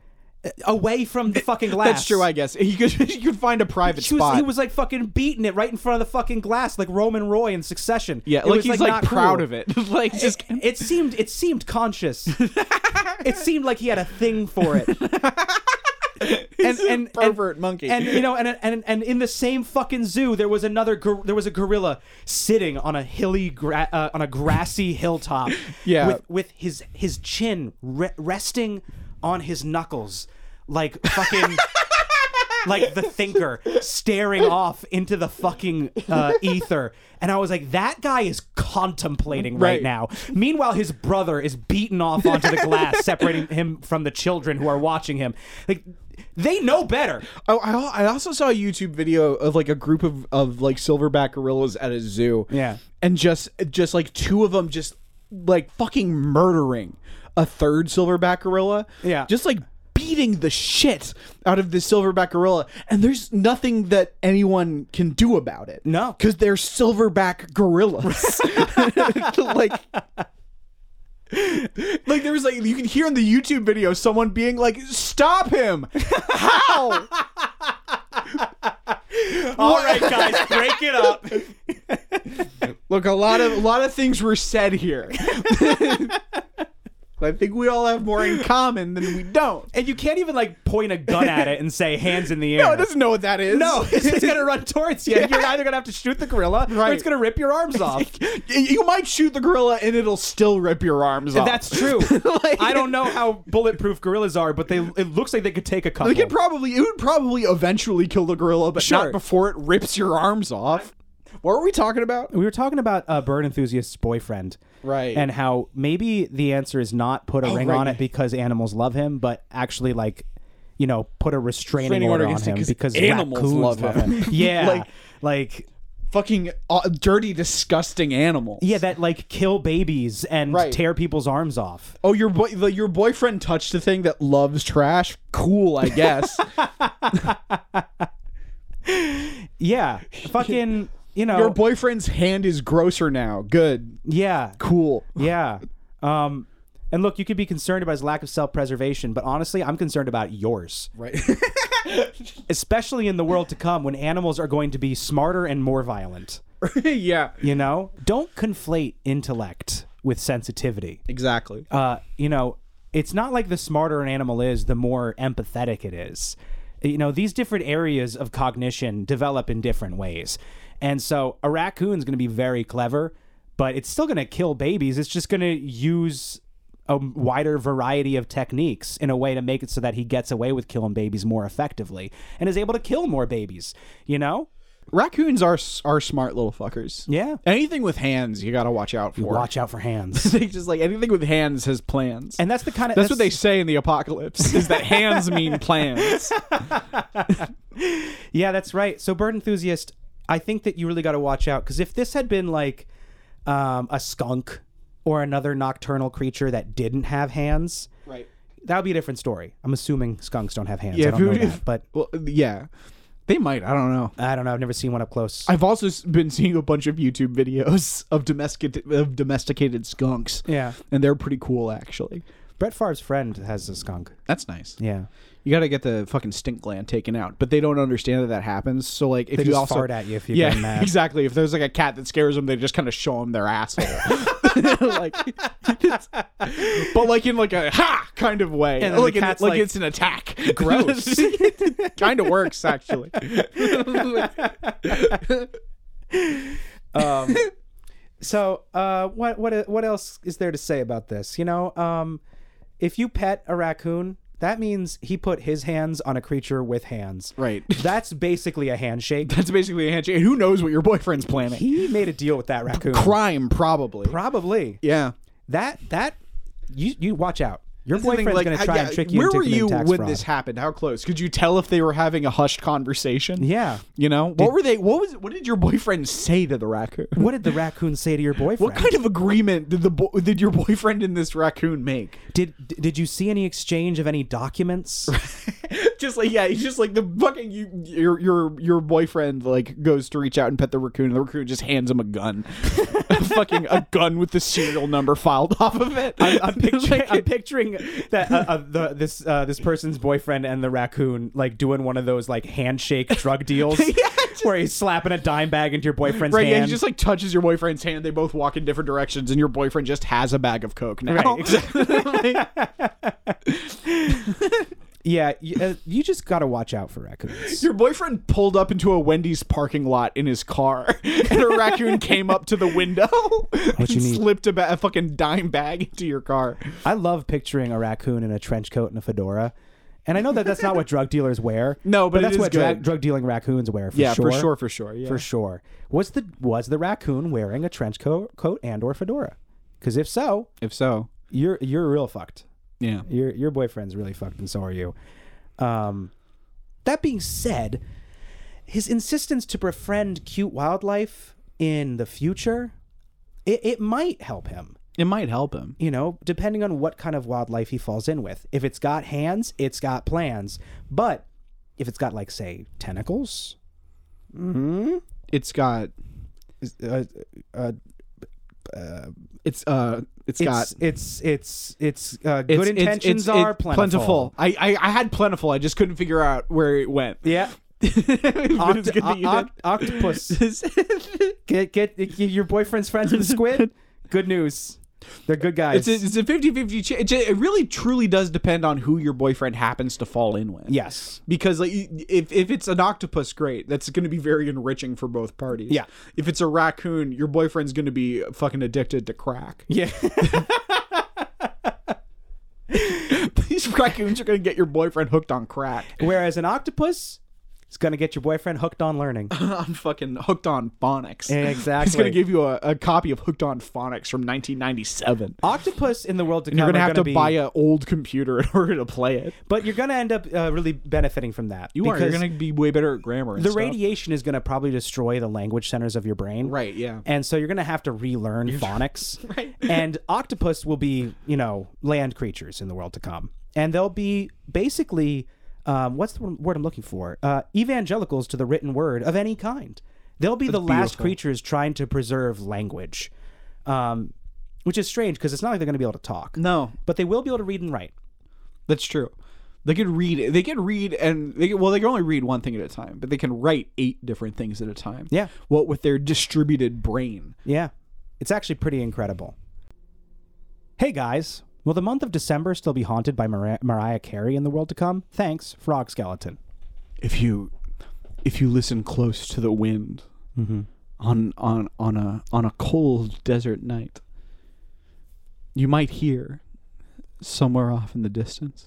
Away from the fucking glass. That's true, I guess. He could he could find a private She was, spot. he was like fucking beating it right in front of the fucking glass, like Roman Roy in Succession. yeah, It like was, he's like, not proud cool. of it. like just It, it seemed it seemed conscious. it seemed like he had a thing for it. and, a pervert monkey. and you know, and and and in the same fucking zoo, there was another gor- there was a gorilla sitting on a hilly gra- uh, on a grassy hilltop, Yeah. with with his his chin re- resting on his knuckles, like fucking. Like the thinker staring off into the fucking uh, ether, and I was like, "That guy is contemplating right, Right. now." Meanwhile, his brother is beaten off onto the glass, separating him from the children who are watching him. Like, they know better. Oh, I, al- I also saw a YouTube video of like a group of, of like silverback gorillas at a zoo. Yeah. And just just like two of them just like fucking murdering a third silverback gorilla. Yeah. Just like beating the shit out of this silverback gorilla and there's nothing that anyone can do about it. No. Cuz they're silverback gorillas. like like there was like you can hear in the YouTube video someone being like stop him. How? All right, guys, break it up. Look, a lot of a lot of things were said here. I think we all have more in common than we don't. And you can't even like point a gun at it and say hands in the air. No, it doesn't know what that is. No, it's just gonna run towards you. and You're either gonna have to shoot the gorilla or Right. it's gonna rip your arms off. Y- you might shoot the gorilla and it'll still rip your arms off. That's true. Like- I don't know how bulletproof gorillas are, but they it looks like they could take a couple. They could probably it would probably eventually kill the gorilla, but Sure. not before it rips your arms off. What were we talking about? we were talking about a bird enthusiast's boyfriend. Right. Oh, And how maybe the answer is not put a ring right. on it because animals love him, but actually like you know, put a restraining, Restraining order, order on against it him 'cause because animals raccoons love him. yeah. Like- like Fucking uh, dirty, disgusting animal. Yeah, that like kill babies and Right. tear people's arms off. Oh, your boy, the, your boyfriend touched a thing that loves trash. Cool, I guess. Yeah, fucking, you know, your boyfriend's hand is grosser now. Good. yeah, Cool. yeah. Um, and look, you could be concerned about his lack of self-preservation, but honestly, I'm concerned about yours, Right. especially in the world to come when animals are going to be smarter and more violent. yeah. You know, don't conflate intellect with sensitivity. Exactly. uh, you know, it's not like the smarter an animal is, the more empathetic it is. You know, these different areas of cognition develop in different ways. And so a raccoon's going to be very clever, but it's still going to kill babies. It's just going to use a wider variety of techniques in a way to make it so that he gets away with killing babies more effectively and is able to kill more babies, you know? Raccoons are are smart little fuckers. Yeah. Anything with hands, you gotta watch out for. Watch out for hands. They just like anything with hands has plans. And that's the kind of that's, what they say in the apocalypse: is that hands mean plans. Yeah, that's right. So, bird enthusiast, I think that you really got to watch out because if this had been like um, a skunk or another nocturnal creature that didn't have hands, Right. that would be a different story. I'm assuming skunks don't have hands. Yeah. I if don't know you- that, but well, yeah, they might. I don't know. I don't know. I've never seen one up close. I've also s- been seeing a bunch of YouTube videos of domesticated of domesticated skunks. Yeah. and they're pretty cool actually. Brett Favre's friend has a skunk. That's nice. Yeah. You got to get the fucking stink gland taken out, but they don't understand that that happens. So like, if They you just also fart at you if you yeah, get mad. exactly. If there's like a cat that scares them, they just kind of show them their asshole. like, it's- but like in like a ha kind of way, And then like the in- cat's like, like, it's an attack. "Gross." kind of works actually. Um, so, uh, what what what else is there to say about this? You know, um, if you pet a raccoon, That means he put his hands on a creature with hands. Right. That's basically a handshake. That's basically a handshake. And who knows what your boyfriend's planning? He made a deal with that raccoon. Crime, probably. Probably. yeah. That that you you watch out. Your That's the thing, boyfriend's like, gonna I- try yeah, and trick you. Where into were you committing tax when fraud. this happened? How close? Could you tell if they were having a hushed conversation? Yeah. You know what were they? What was? What did your boyfriend say to the raccoon? What did the raccoon say to your boyfriend? What kind of agreement did the bo- did your boyfriend and this raccoon make? did did you see any exchange of any documents? just like yeah, he's just like the fucking you, your your your boyfriend like goes to reach out and pet the raccoon, and the raccoon just hands him a gun, fucking a gun with the serial number filed off of it. I'm picturing, I'm picturing that uh, uh, the, this uh, this person's boyfriend and the raccoon like doing one of those like handshake drug deals where he's slapping a dime bag into your boyfriend's Right, yeah, hand. he just like touches your boyfriend's hand. They both walk in different directions, and your boyfriend just has a bag of coke now. Right, exactly. yeah, you, uh, you just gotta watch out for raccoons. Your boyfriend pulled up into a Wendy's parking lot in his car, and a raccoon came up to the window and you need? slipped a, ba- a fucking dime bag into your car. I love picturing a raccoon in a trench coat and a fedora. And I know that that's not what drug dealers wear. No, but it that's is what dra- good. drug dealing raccoons wear. For Yeah, sure, for sure, for sure. Yeah. for sure. Was the was the raccoon wearing a trench coat, coat and or fedora? Because if so, If so, you're you're real fucked. yeah. Your your boyfriend's really fucked, and so are you. Um, that being said, his insistence to befriend cute wildlife in the future, it, it might help him. It might help him. You know, depending on what kind of wildlife he falls in with. If it's got hands, it's got plans. But if it's got like say tentacles, It's got uh, uh, it's uh it's, it's got it's it's it's uh, good it's, it's- intentions it's- are it's plentiful. I, I I had plentiful. I just couldn't figure out where it went. Yeah. But it's Oct- good that you oct- octopus. did. Get get get your boyfriend's friends with the squid. Good news. They're good guys. It's a, it's a 50-50 cha- it- It really truly does depend on who your boyfriend happens to fall in with. yes. Because like y- if if it's an octopus, great. That's going to be very enriching for both parties. Yeah. If it's a raccoon, your boyfriend's going to be fucking addicted to crack. Yeah. These raccoons are going to get your boyfriend hooked on crack. Whereas an octopus is going to get your boyfriend hooked on learning. on fucking Hooked on Phonics. Exactly. He's going to give you a, a copy of Hooked on Phonics from 1997. Octopus in the world to come. You're going to are have to be- buy an old computer in order to play it. but you're going to end up uh, really benefiting from that. You are. You're because going to be way better at grammar and the stuff. radiation is going to probably destroy the language centers of your brain. Right, yeah. And so you're going to have to relearn phonics. And octopus will be, you know, land creatures in the world to come. And they'll be basically, um, what's the word I'm looking for? Uh, evangelicals to the written word of any kind. They'll be the last beautiful. creatures trying to preserve language, um, which is strange because it's not like they're going to be able to talk. No, But they will be able to read and write. that's true. They could read. They could read, and they could, well, they can only read one thing at a time, but they can write eight different things at a time. Yeah. What with their distributed brain. Yeah. It's actually pretty incredible. Hey guys, will the month of December still be haunted by Mari- Mariah Carey in the world to come? Thanks, Frog Skeleton. If you, if you listen close to the wind, on on on a on a cold desert night, you might hear, somewhere off in the distance.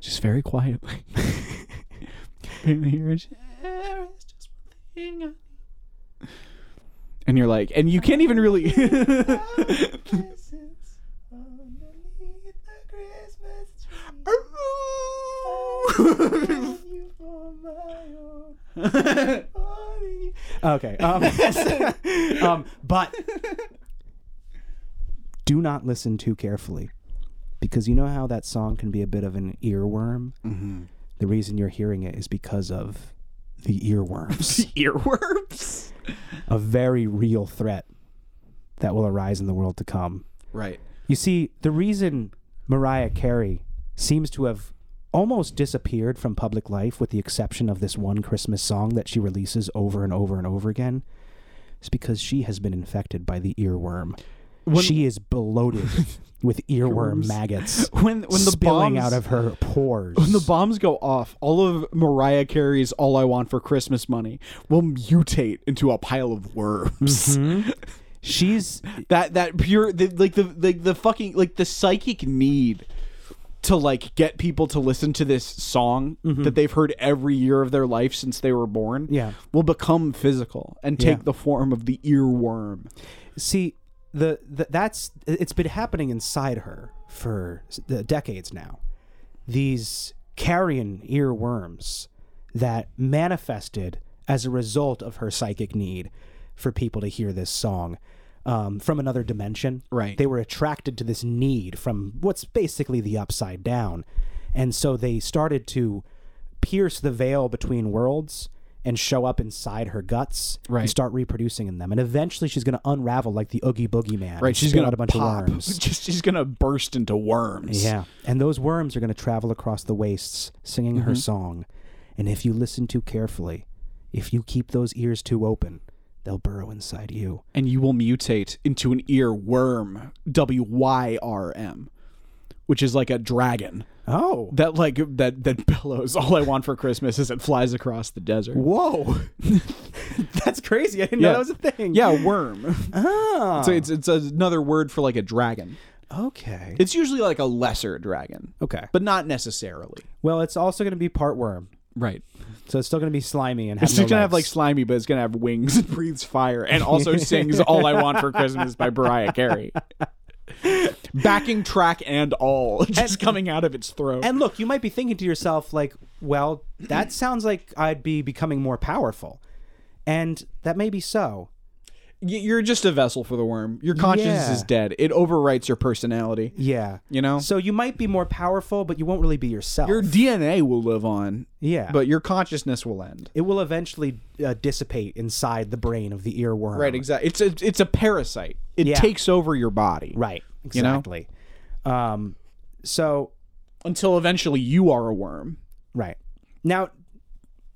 just very quietly. and here is just one thing I need. And you're like, and you can't even really. Okay. Um, um, but do not listen too carefully because you know how that song can be a bit of an earworm? The reason you're hearing it is because of the earworms, Earworms. a very real threat that will arise in the world to come. Right. You see, the reason Mariah Carey seems to have almost disappeared from public life, with the exception of this one Christmas song that she releases over and over and over again, is because she has been infected by the earworm. she is bloated with earworm maggots When when the spilling bombs out of her pores. when the bombs go off, all of Mariah Carey's "All Mm-hmm. I Want for Christmas Money" will mutate into a pile of worms. She's that that pure the, like the like the fucking like the psychic need to like get people to listen to this song that they've heard every year of their life since they were born Mm-hmm. Yeah. will become physical and take Yeah. the form of the earworm see the, the that's it's been happening inside her for s- the decades now. These carrion earworms that manifested as a result of her psychic need for people to hear this song um, from another dimension. Right. They were attracted to this need from what's basically the upside down, and so they started to pierce the veil between worlds and show up inside her guts Right. and start reproducing in them. And eventually she's going to unravel like the Oogie Boogie Man. right and she's spit gonna out a bunch pop of worms. just she's gonna burst into worms Yeah. And those worms are going to travel across the wastes singing her song. And if you listen too carefully, if you keep those ears too open, they'll burrow inside you. and you will mutate into an earworm w y r m which is like a dragon Oh. that like that that billows all i want for christmas is it flies across the desert Whoa. That's crazy. I didn't Yeah. know that was a thing. yeah a worm Oh. So it's it's another word for like a dragon. okay. It's usually like a lesser dragon, okay. but not necessarily. Well, it's also going to be part worm. Right. So it's still going to be slimy and have It's no just gonna have like legs. slimy, but it's gonna have wings and breathes fire, and also sings "All I Want for Christmas" by Mariah Carey, backing track and all, just coming out of its throat. And look, you might be thinking to yourself, like, well, that sounds like I'd be becoming more powerful. And that may be so. Y- You're just a vessel for the worm. Your consciousness Yeah. is dead. It overwrites your personality. Yeah. You know, So you might be more powerful, but you won't really be yourself. your DNA will live on, yeah. but your consciousness will end. it will eventually uh, dissipate inside the brain of the earworm. Right. Exactly. It's a it's a parasite. It Yeah. takes over your body. Right. You know? Exactly. Um, so, until eventually you are a worm right. Now,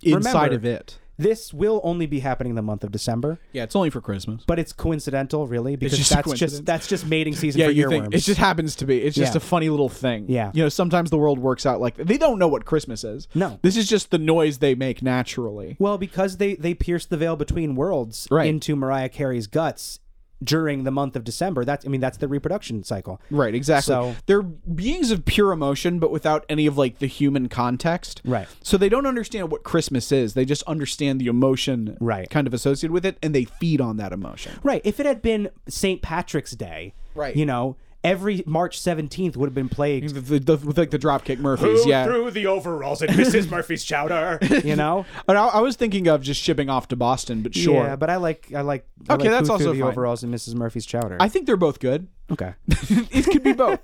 inside Remember- of it. this will only be happening in the month of December, Yeah, it's only for Christmas. but it's coincidental, really, because just a that's coincidence. just that's just mating season Yeah, for you earworms. think it just happens to be. It's just Yeah. a funny little thing. Yeah. you know, sometimes the world works out like that. They don't know what Christmas is. No. this is just the noise they make naturally. Well, because they they pierced the veil between worlds Right. into Mariah Carey's guts during the month of December. That's I mean that's the reproduction cycle. Right, exactly. So- They're beings of pure emotion, but without any of like the human context. Right. So they don't understand what Christmas is. They just understand the emotion, Right. kind of associated with it, and they feed on that emotion. Right. If it had been St. Patrick's Day, Right. You know, every March seventeenth would have been plagued. The, the, with like the Dropkick Murphys, yeah. the overalls at Mrs. Murphy's chowder. You know. And I, I was thinking of just shipping off to Boston, but sure. Yeah, but I like I like. I Okay, like that's Who also threw the fine. overalls and Mrs. Murphy's chowder. I think they're both good. okay. it could be both.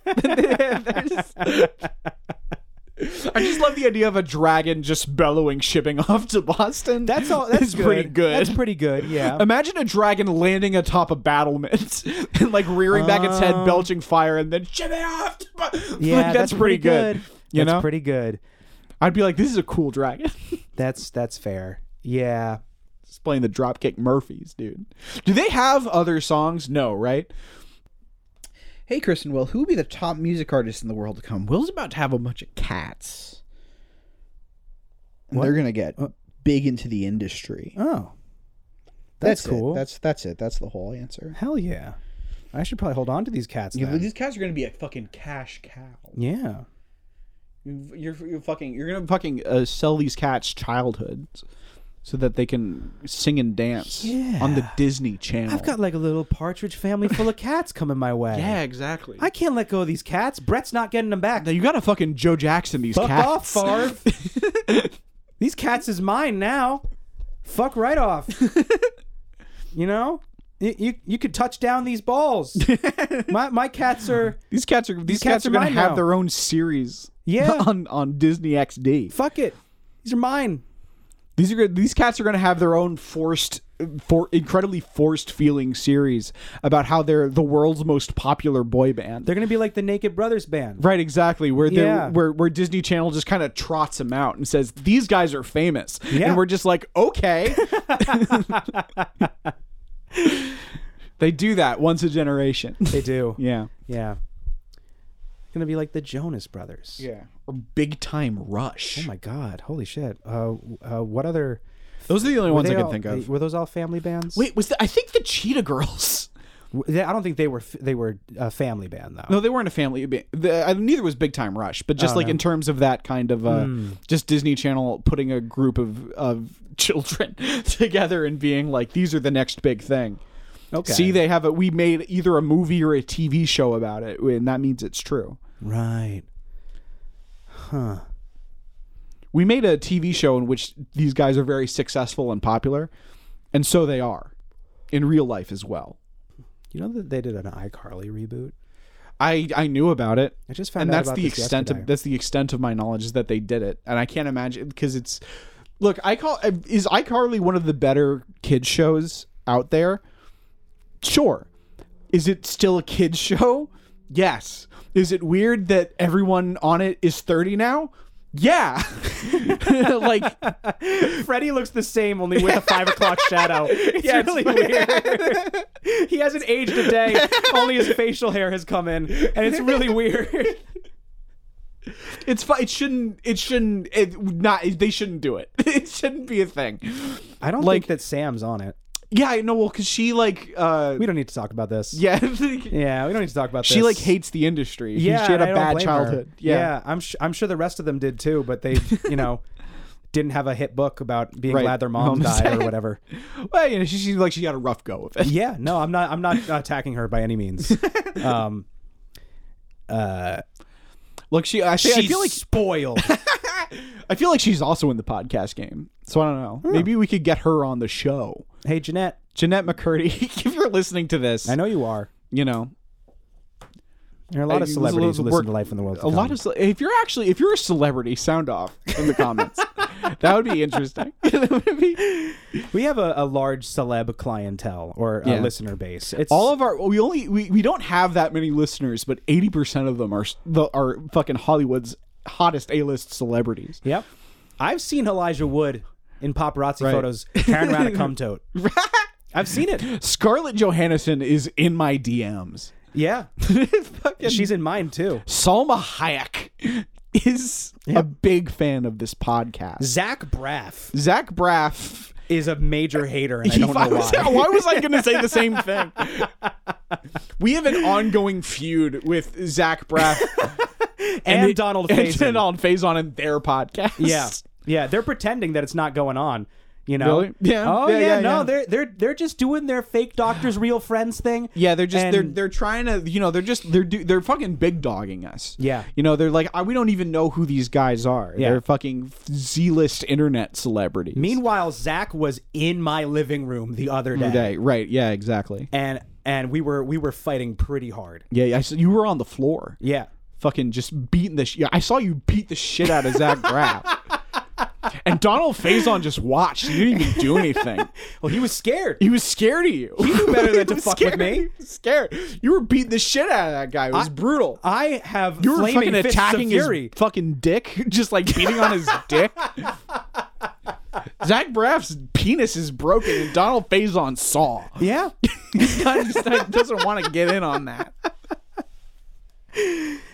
I just love the idea of a dragon just bellowing shipping off to Boston. That's all. That's It's pretty good. That's pretty good. Um, Yeah. Imagine a dragon landing atop a battlement and like rearing back its head, Um, belching fire, and then shipping off. To Bo-" yeah. Like, that's, pretty, good. You that's know, pretty good. I'd be like, this is a cool dragon. That's that's fair. Yeah. It's playing the Dropkick Murphys, dude. Do they have other songs? No, right? Hey, Chris and Will, who will be the top music artist in the world to come? Will's about to have a bunch of cats. And They're gonna get Uh. big into the industry. Oh. that's, That's, cool. It. That's that's it. That's the whole answer. hell yeah. I should probably hold on to these cats. You- then. these cats are gonna be a fucking cash cow. yeah. You're, you're fucking. You're You're gonna fucking uh, sell these cats childhoods so that they can sing and dance Yeah. on the Disney Channel. I've got like a little partridge family full of cats coming my way. yeah, exactly. I can't let go of these cats. Brett's not getting them back. now you gotta fucking Joe Jackson these Fuck cats. off, Favre. these cats is mine now. Fuck right off. you know? You, you you could touch down these balls. my my cats are these cats are these, cats, cats are are gonna mine have now. their own series. Yeah. on on Disney XD. fuck it. These are mine. These are gonna- these cats are gonna have their own forced, for incredibly forced feeling series about how they're the world's most popular boy band. They're gonna be like the Naked Brothers band. Right, exactly. Where they Yeah. where where Disney Channel just kind of trots them out and says these guys are famous, Yeah. and we're just like, okay. they do that once a generation. They do. yeah. Yeah. Gonna be like the Jonas Brothers. Yeah. Or big time rush. Oh my God! Holy shit! Uh, uh, what other Those are the only ones were I they can all- think of. Were those all family bands? Wait, was the, I think the Cheetah Girls They- I don't think they were f- they were a family band though. No, they weren't a family. ba- The, uh, neither was Big Time Rush, but Oh, just like in terms of that kind of uh, Hmm. just Disney Channel putting a group of of children together and being like, these are the next big thing. Okay. See, they have a we made either a movie or a TV show about it, and that means it's true. Right. We made a TV show in which these guys are very successful and popular, and so they are in real life as well. You know that they did an iCarly reboot. I I knew about it. I just found and out that's about the this extent yesterday. of that's the extent of my knowledge is that they did it, and I can't imagine because it's look I call is iCarly one of the better kids shows out there. Sure, is it still a kids show? Yes. Is it weird that everyone on it is thirty now? Yeah, like Freddy looks the same, only with a five o'clock shadow. It's really weird. he hasn't aged a day. Only his facial hair has come in, and it's really weird. it's fine. It shouldn't. It shouldn't. It not. They shouldn't do it. It shouldn't be a thing. I don't Like- think that Sam's on it. Yeah, I know. Well, because she like. uh We don't need to talk about this. Yeah. yeah, we don't need to talk about She this. like hates the industry. Yeah, she had and I a don't bad blame her. childhood. Yeah, I'm sh- I'm sure the rest of them did too, but they, you know, didn't have a hit book about being Right. glad their mom Mom's died or dead. whatever. Well, you know, she, she's like she got a rough go of it. Yeah, no, I'm not. I'm not attacking her by any means. Um, uh, Look, she actually, I she's feel like spoiled. I feel like she's also in the podcast game. So I don't know. Hmm. Maybe we could get her on the show. hey, Jeanette, Jeanette McCurdy, if you're listening to this, I know you are. you know There are a lot of Hey, celebrities who work- listen to Life in the World. a lot of ce- if you're actually if you're a celebrity, sound off in the comments. that would be interesting. That would be- we have a, a large celeb clientele or uh Yeah. listener base. It's All of our we only we, we don't have that many listeners, but eighty percent of them are s- the are fucking Hollywood's hottest A list celebrities. Yep, I've seen Elijah Wood in paparazzi photos carrying around a cum tote. I've seen it. Scarlett Johansson is in my DMs. Yeah, she's in mine too. Salma Hayek is a big fan of this podcast. Zach Braff Zach Braff. is a major hater, and I don't I know was, why. why was I going to say the same thing? we have an ongoing feud with Zach Braff and, And Donald and Faison. Donald Faison and their podcast. Yeah, yeah, they're pretending that it's not going on. You know? Really? Yeah. Oh yeah. Yeah, yeah, no, yeah. they're they're they're just doing their fake doctors, real friends thing. Yeah, they're just they're And- they're trying to you know they're just they're do, they're fucking big dogging us. Yeah. you know they're like I, we don't even know who these guys are. Yeah. They're fucking Z list internet celebrities. Meanwhile, Zach was in my living room the other day, day, right? Yeah, exactly. and and we were we were fighting pretty hard. Yeah, I saw, you were on the floor, Yeah. fucking just beating the. Sh- yeah, I saw you beat the shit out of Zach Braff. And Donald Faison just watched. He didn't even do anything. Well, he was scared. He was scared of you. He knew better than to fuck with scared. me. He was scared. You were beating the shit out of that guy. It was brutal. I have You were flaming fucking fists of attacking his fury. fucking dick, just like beating on his dick. Zach Braff's penis is broken, and Donald Faison saw. Yeah. He's not- he's not- doesn't want to get in on that.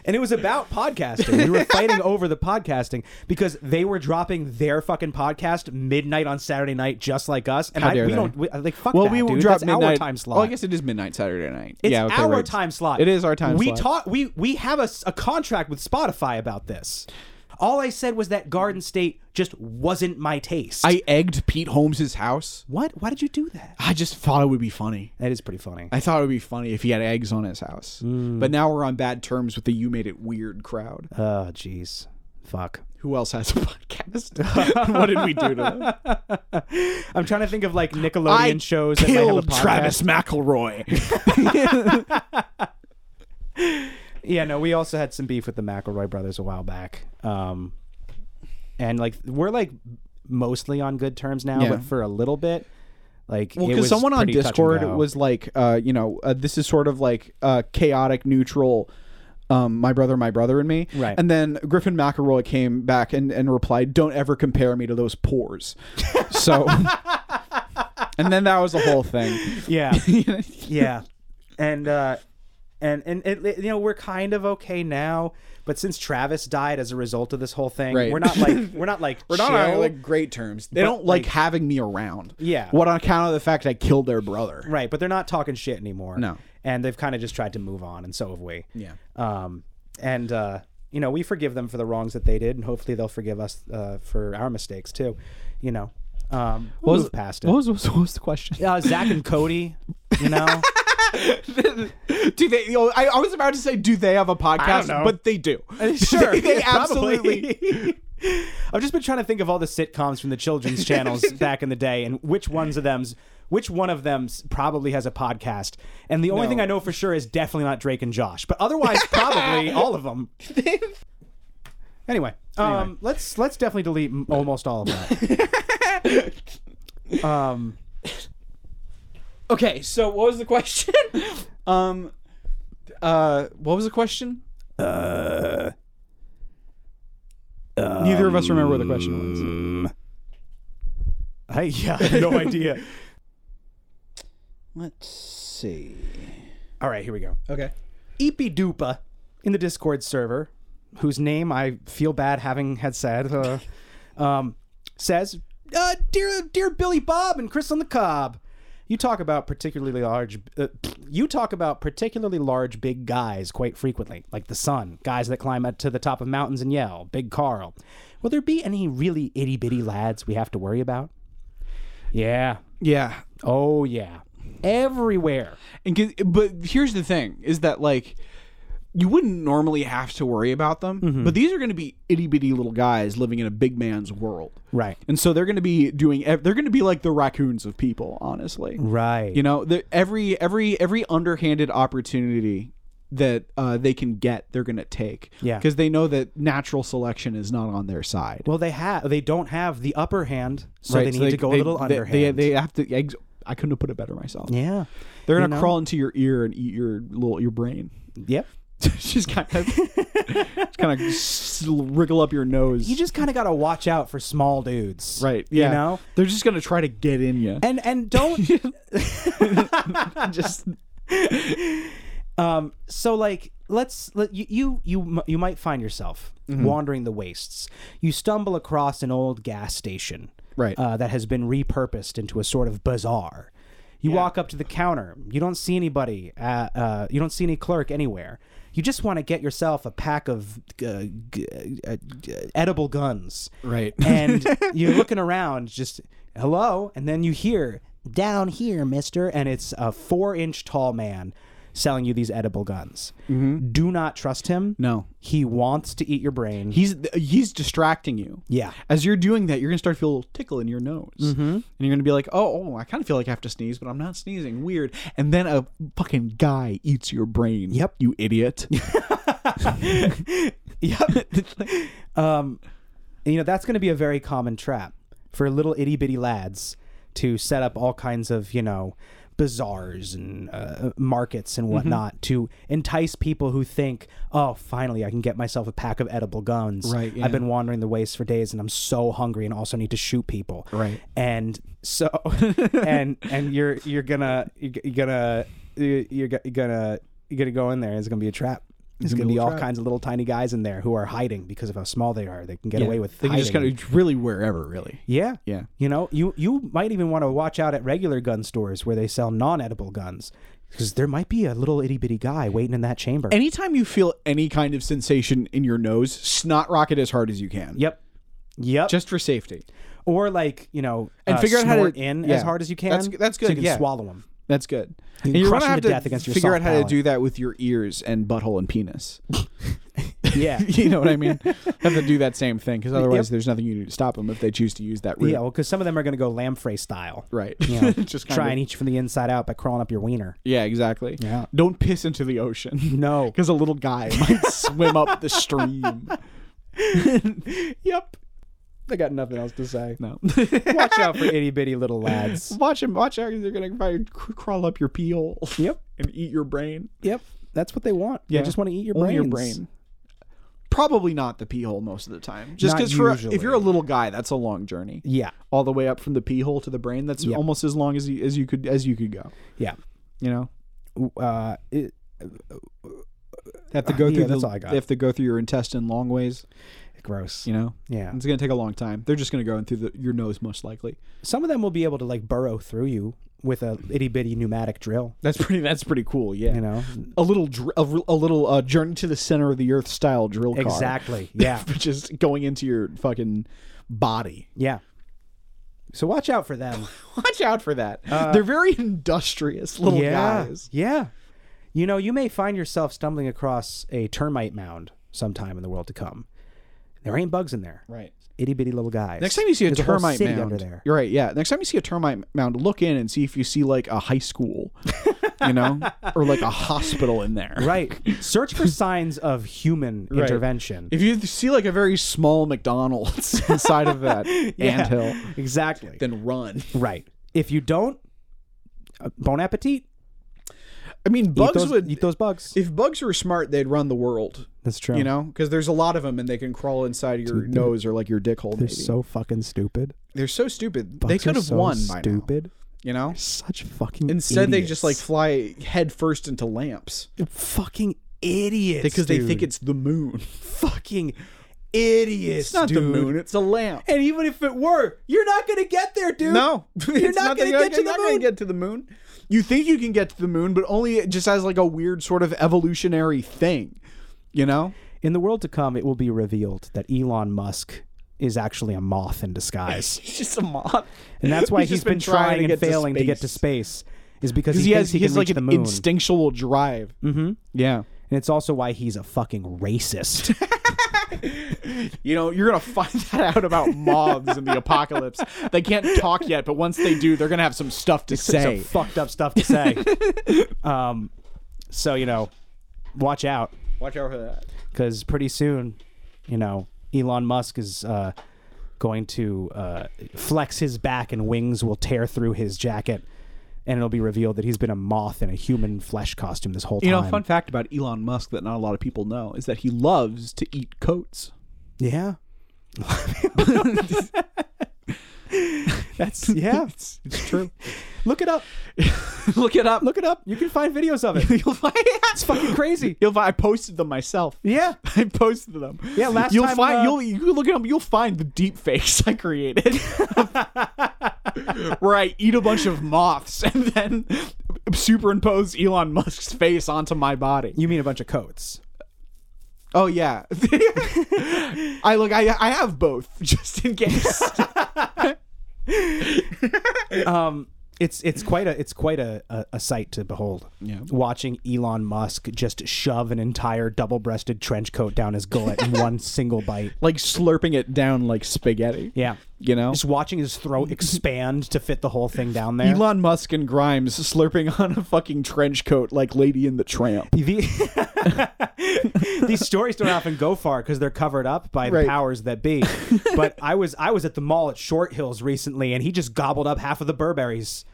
And it was about podcasting. We were fighting over the podcasting because they were dropping their fucking podcast midnight on Saturday night, just like us. And How I, dare we they. don't we, like fuck Well, that, we will dude. drop That's midnight. our time slot. Oh, I guess it is midnight Saturday night. it's yeah, okay, our right. time slot. It is our time we slot. talk. We we have a, s- a contract with Spotify about this. All I said was that Garden State just wasn't my taste. I egged Pete Holmes' house. what? Why did you do that? I just thought it would be funny. That is pretty funny. I thought it would be funny if he had eggs on his house. Mm. But now we're on bad terms with the "You Made It Weird" crowd. Oh, jeez. Fuck. Who else has a podcast? what did we do to them? I'm trying to think of like Nickelodeon I shows that might have a killed podcast. Travis McElroy. Yeah, no, we also had some beef with the McElroy brothers a while back. Um, and like we're like mostly on good terms now, Yeah. but for a little bit, like well, it because was someone on pretty touch and Discord go. was like, uh, you know, uh, this is sort of like uh, chaotic, neutral. Um, my brother, my brother, and me. Right. And then Griffin McElroy came back and, and replied, "Don't ever compare me to those pores." so. And then that was the whole thing. yeah, yeah, and uh, and and it, it- you know we're kind of okay now, but since Travis died as a result of this whole thing, Right. we're not like we're not like We're not on chill. like great terms. They don't like, having me around. Yeah. What on account of the fact I killed their brother. right, but they're not talking shit anymore. No. and they've kind of just tried to move on, and so have we. Yeah. Um, and uh, you know, we forgive them for the wrongs that they did, and hopefully they'll forgive us uh, for our mistakes too. You know, um, we'll move past it. What was, what was- what was the question? uh, Zach and Cody, you know, do they? You know, I, I was about to say, do they have a podcast? know. But they do. sure, they, they yeah, absolutely. probably. I've just been trying to think of all the sitcoms from the children's channels back in the day, and which ones of them's which one of them's probably has a podcast. And the only thing I know for sure is definitely not Drake and Josh, but otherwise, probably all of them. Anyway, um, let's let's definitely delete m- almost all of that. um, Okay, so what was the question? um, uh, what was the question? Uh, neither of us remember what the question was. I, yeah, I have no idea. Let's see. All right, here we go. Okay. Eepy Dupa in the Discord server, whose name I feel bad having had said, uh, um, says, uh, "Dear, dear Billy Bob and Chris on the Cob, you talk about particularly large. Uh, you talk about particularly large, big guys quite frequently, like the sun, guys that climb up to the top of mountains and yell, Big Carl. Will there be any really itty bitty lads we have to worry about? Yeah. Yeah, Oh yeah. Everywhere. and 'cause- but here's the thing: is that like you wouldn't normally have to worry about them, but these are going to be itty bitty little guys living in a big man's world, Right. And so they're going to be doing. ev- They're going to be like the raccoons of people, honestly. Right. You know, the, every every every underhanded opportunity that uh, they can get, they're going to take. Yeah. because they know that natural selection is not on their side. Well, they have. They don't have the upper hand, so Right, they need to go they- a little they, underhand. They, they have to. Ex- I couldn't have put it better myself. yeah. They're you gonna know? crawl into your ear and eat your little your brain. Yep. She's kind of, just kind of s- wriggle up your nose. You just kind of got to watch out for small dudes, right? Yeah. You know. they're just gonna try to get in you. And and don't just Um, so like let's let you you you, m- you might find yourself Mm-hmm. wandering the wastes. You stumble across an old gas station, Right. Uh, that has been repurposed into a sort of bazaar. You walk up to the counter. You don't see anybody. Uh, uh, you don't see any clerk anywhere. You just want to get yourself a pack of uh, g- uh, g- edible guns. Right. And you're looking around, just hello, and then you hear down here, mister, and it's a four inch tall man selling you these edible guns. Do not trust him. no, He wants to eat your brain. he's he's distracting you. yeah. As you're doing that, you're gonna start to feel a little tickle in your nose, Mm-hmm. and you're gonna be like, "Oh, oh I kind of feel like I have to sneeze, but I'm not sneezing. Weird." And then a fucking guy eats your brain. Yep. you idiot. Yep. um, you know, that's going to be a very common trap for little itty bitty lads to set up all kinds of, you know, bazaars and uh, markets and whatnot to entice people who think, oh, finally I can get myself a pack of edible guns. Right, yeah. I've been wandering the wastes for days and I'm so hungry and also need to shoot people. Right. And so, and, and you're, you're gonna, you're gonna, you're, you're gonna, you're gonna go in there and it's gonna be a trap. There's going to be all kinds of little tiny guys in there who are hiding because of how small they are. They can get away with they can hiding. just kind of really wherever, really. yeah, Yeah. You know, you you might even want to watch out at regular gun stores where they sell non-edible guns because there might be a little itty bitty guy waiting in that chamber. Anytime you feel any kind of sensation in your nose, snot rocket as hard as you can. yep, yep. Just for safety. or like you know, And uh, figure out how to- snort in yeah. as hard as you can. That's- that's So good, you can yeah. swallow them. That's good. can and you're crush them gonna have to to death against your figure soft out how to palate. do that with your ears and butthole and penis. Yeah. you know what I mean? have to do that same thing because otherwise Yep. there's nothing you can do to stop them if they choose to use that route. Yeah, well, because some of them are going to go lamprey style, Right. You know, Just kind try of- and eat you from the inside out by crawling up your wiener. Yeah, exactly. Yeah. Don't piss into the ocean No, because a little guy might swim up the stream. yep. I got nothing else to say. No. Watch out for itty bitty little lads. watch him. Watch out. They're going to crawl up your pee hole Yep. and eat your brain. Yep, that's what they want. Yeah. They just want to eat your Only brain. your brain. Probably not the pee hole most of the time. Just Not because for usually. if you're a little guy, that's a long journey. Yeah, All the way up from the pee hole to the brain, that's Yep. almost as long as you as you could as you could go. yeah. You know, Uh, it, They have to go Yeah, through. that's the, all I got. They have to go through your intestine long ways. Gross. You know, Yeah. it's gonna take a long time. They're just gonna go in through the, your nose most likely. Some of them will be able to like burrow through you with a itty bitty pneumatic drill. That's pretty. That's pretty cool. Yeah. You know. a little dr- a, r- a little uh, journey to the center of the earth style drill car. Exactly. Yeah. Which is going into your fucking body. yeah. So watch out for them. Watch out for that. Uh, They're very industrious little yeah. guys. Yeah. You know, you may find yourself stumbling across a termite mound sometime in the world to come. There ain't bugs in there. Right. Itty bitty little guys. Next time you see a There's whole termite city mound, under there. you're right. Yeah. Next time you see a termite mound, look in and see if you see like a high school, you know, or like a hospital in there. Right. Search for signs of human intervention. If you see like a very small McDonald's inside of that Yeah, anthill, Exactly. then run. Right. If you don't, uh, bon appetit. I mean, Eat bugs those, would eat those bugs. if bugs were smart, they'd run the world. That's true. You know, because there's a lot of them, and they can crawl inside your nose or like your dick hole. they're maybe. so fucking stupid. they're so stupid. Bugs they are could have so won by now. Stupid. You know. Such fucking. Instead, they just like idiots. fly head first into lamps fucking idiots because they think dude. it's the moon. fucking idiots. It's not the dude. moon; it's a lamp. And even if it were, you're not gonna get there, dude. No, you're It's not gonna you're get to not the gonna moon. get to the moon. You think you can get to the moon, but only just as like a weird sort of evolutionary thing. You know, In the world to come, it will be revealed that Elon Musk is actually a moth in disguise. it's just a moth, And that's why he's just been, trying, and get failing to get to space. space is because Because he, he, thinks has he, he, can has like reach the an moon. instinctual drive. Mm-hmm. Yeah. And it's also why he's a fucking racist. You know, you're gonna find that out about moths in the apocalypse. They can't talk yet, but once they do, they're gonna have some stuff to Some say. fucked up stuff to say. um, so you know, watch out Watch out for that. because pretty soon, you know, Elon Musk is uh, going to uh, flex his back, and wings will tear through his jacket, and it'll be revealed that he's been a moth in a human flesh costume this whole time. You know, fun fact about Elon Musk that not a lot of people know is that he loves to eat coats. Yeah. That's yeah. It's, it's true. Look it up. Look it up. Look it up. You can find videos of it. You'll find It's fucking crazy. You'll find, I posted them myself. Yeah. I posted them. Yeah, last you'll time, find uh, you'll you look at them. You'll find the deep fakes I created, where I eat a bunch of moths and then superimpose Elon Musk's face onto my body. You mean a bunch of coats. Oh yeah, I look. I I have both just in case. Um it's it's quite a it's quite a, a, a sight to behold. Yeah. Watching Elon Musk just shove an entire double breasted trench coat down his gullet in one single bite. like slurping it down like spaghetti. Yeah. You know, Just watching his throat expand to fit the whole thing down there. Elon Musk and Grimes slurping on a fucking trench coat like Lady in the Tramp. The- these stories don't often go far because they're covered up by the Right. powers that be. But I was I was at the mall at Short Hills recently, and he just gobbled up half of the Burberrys.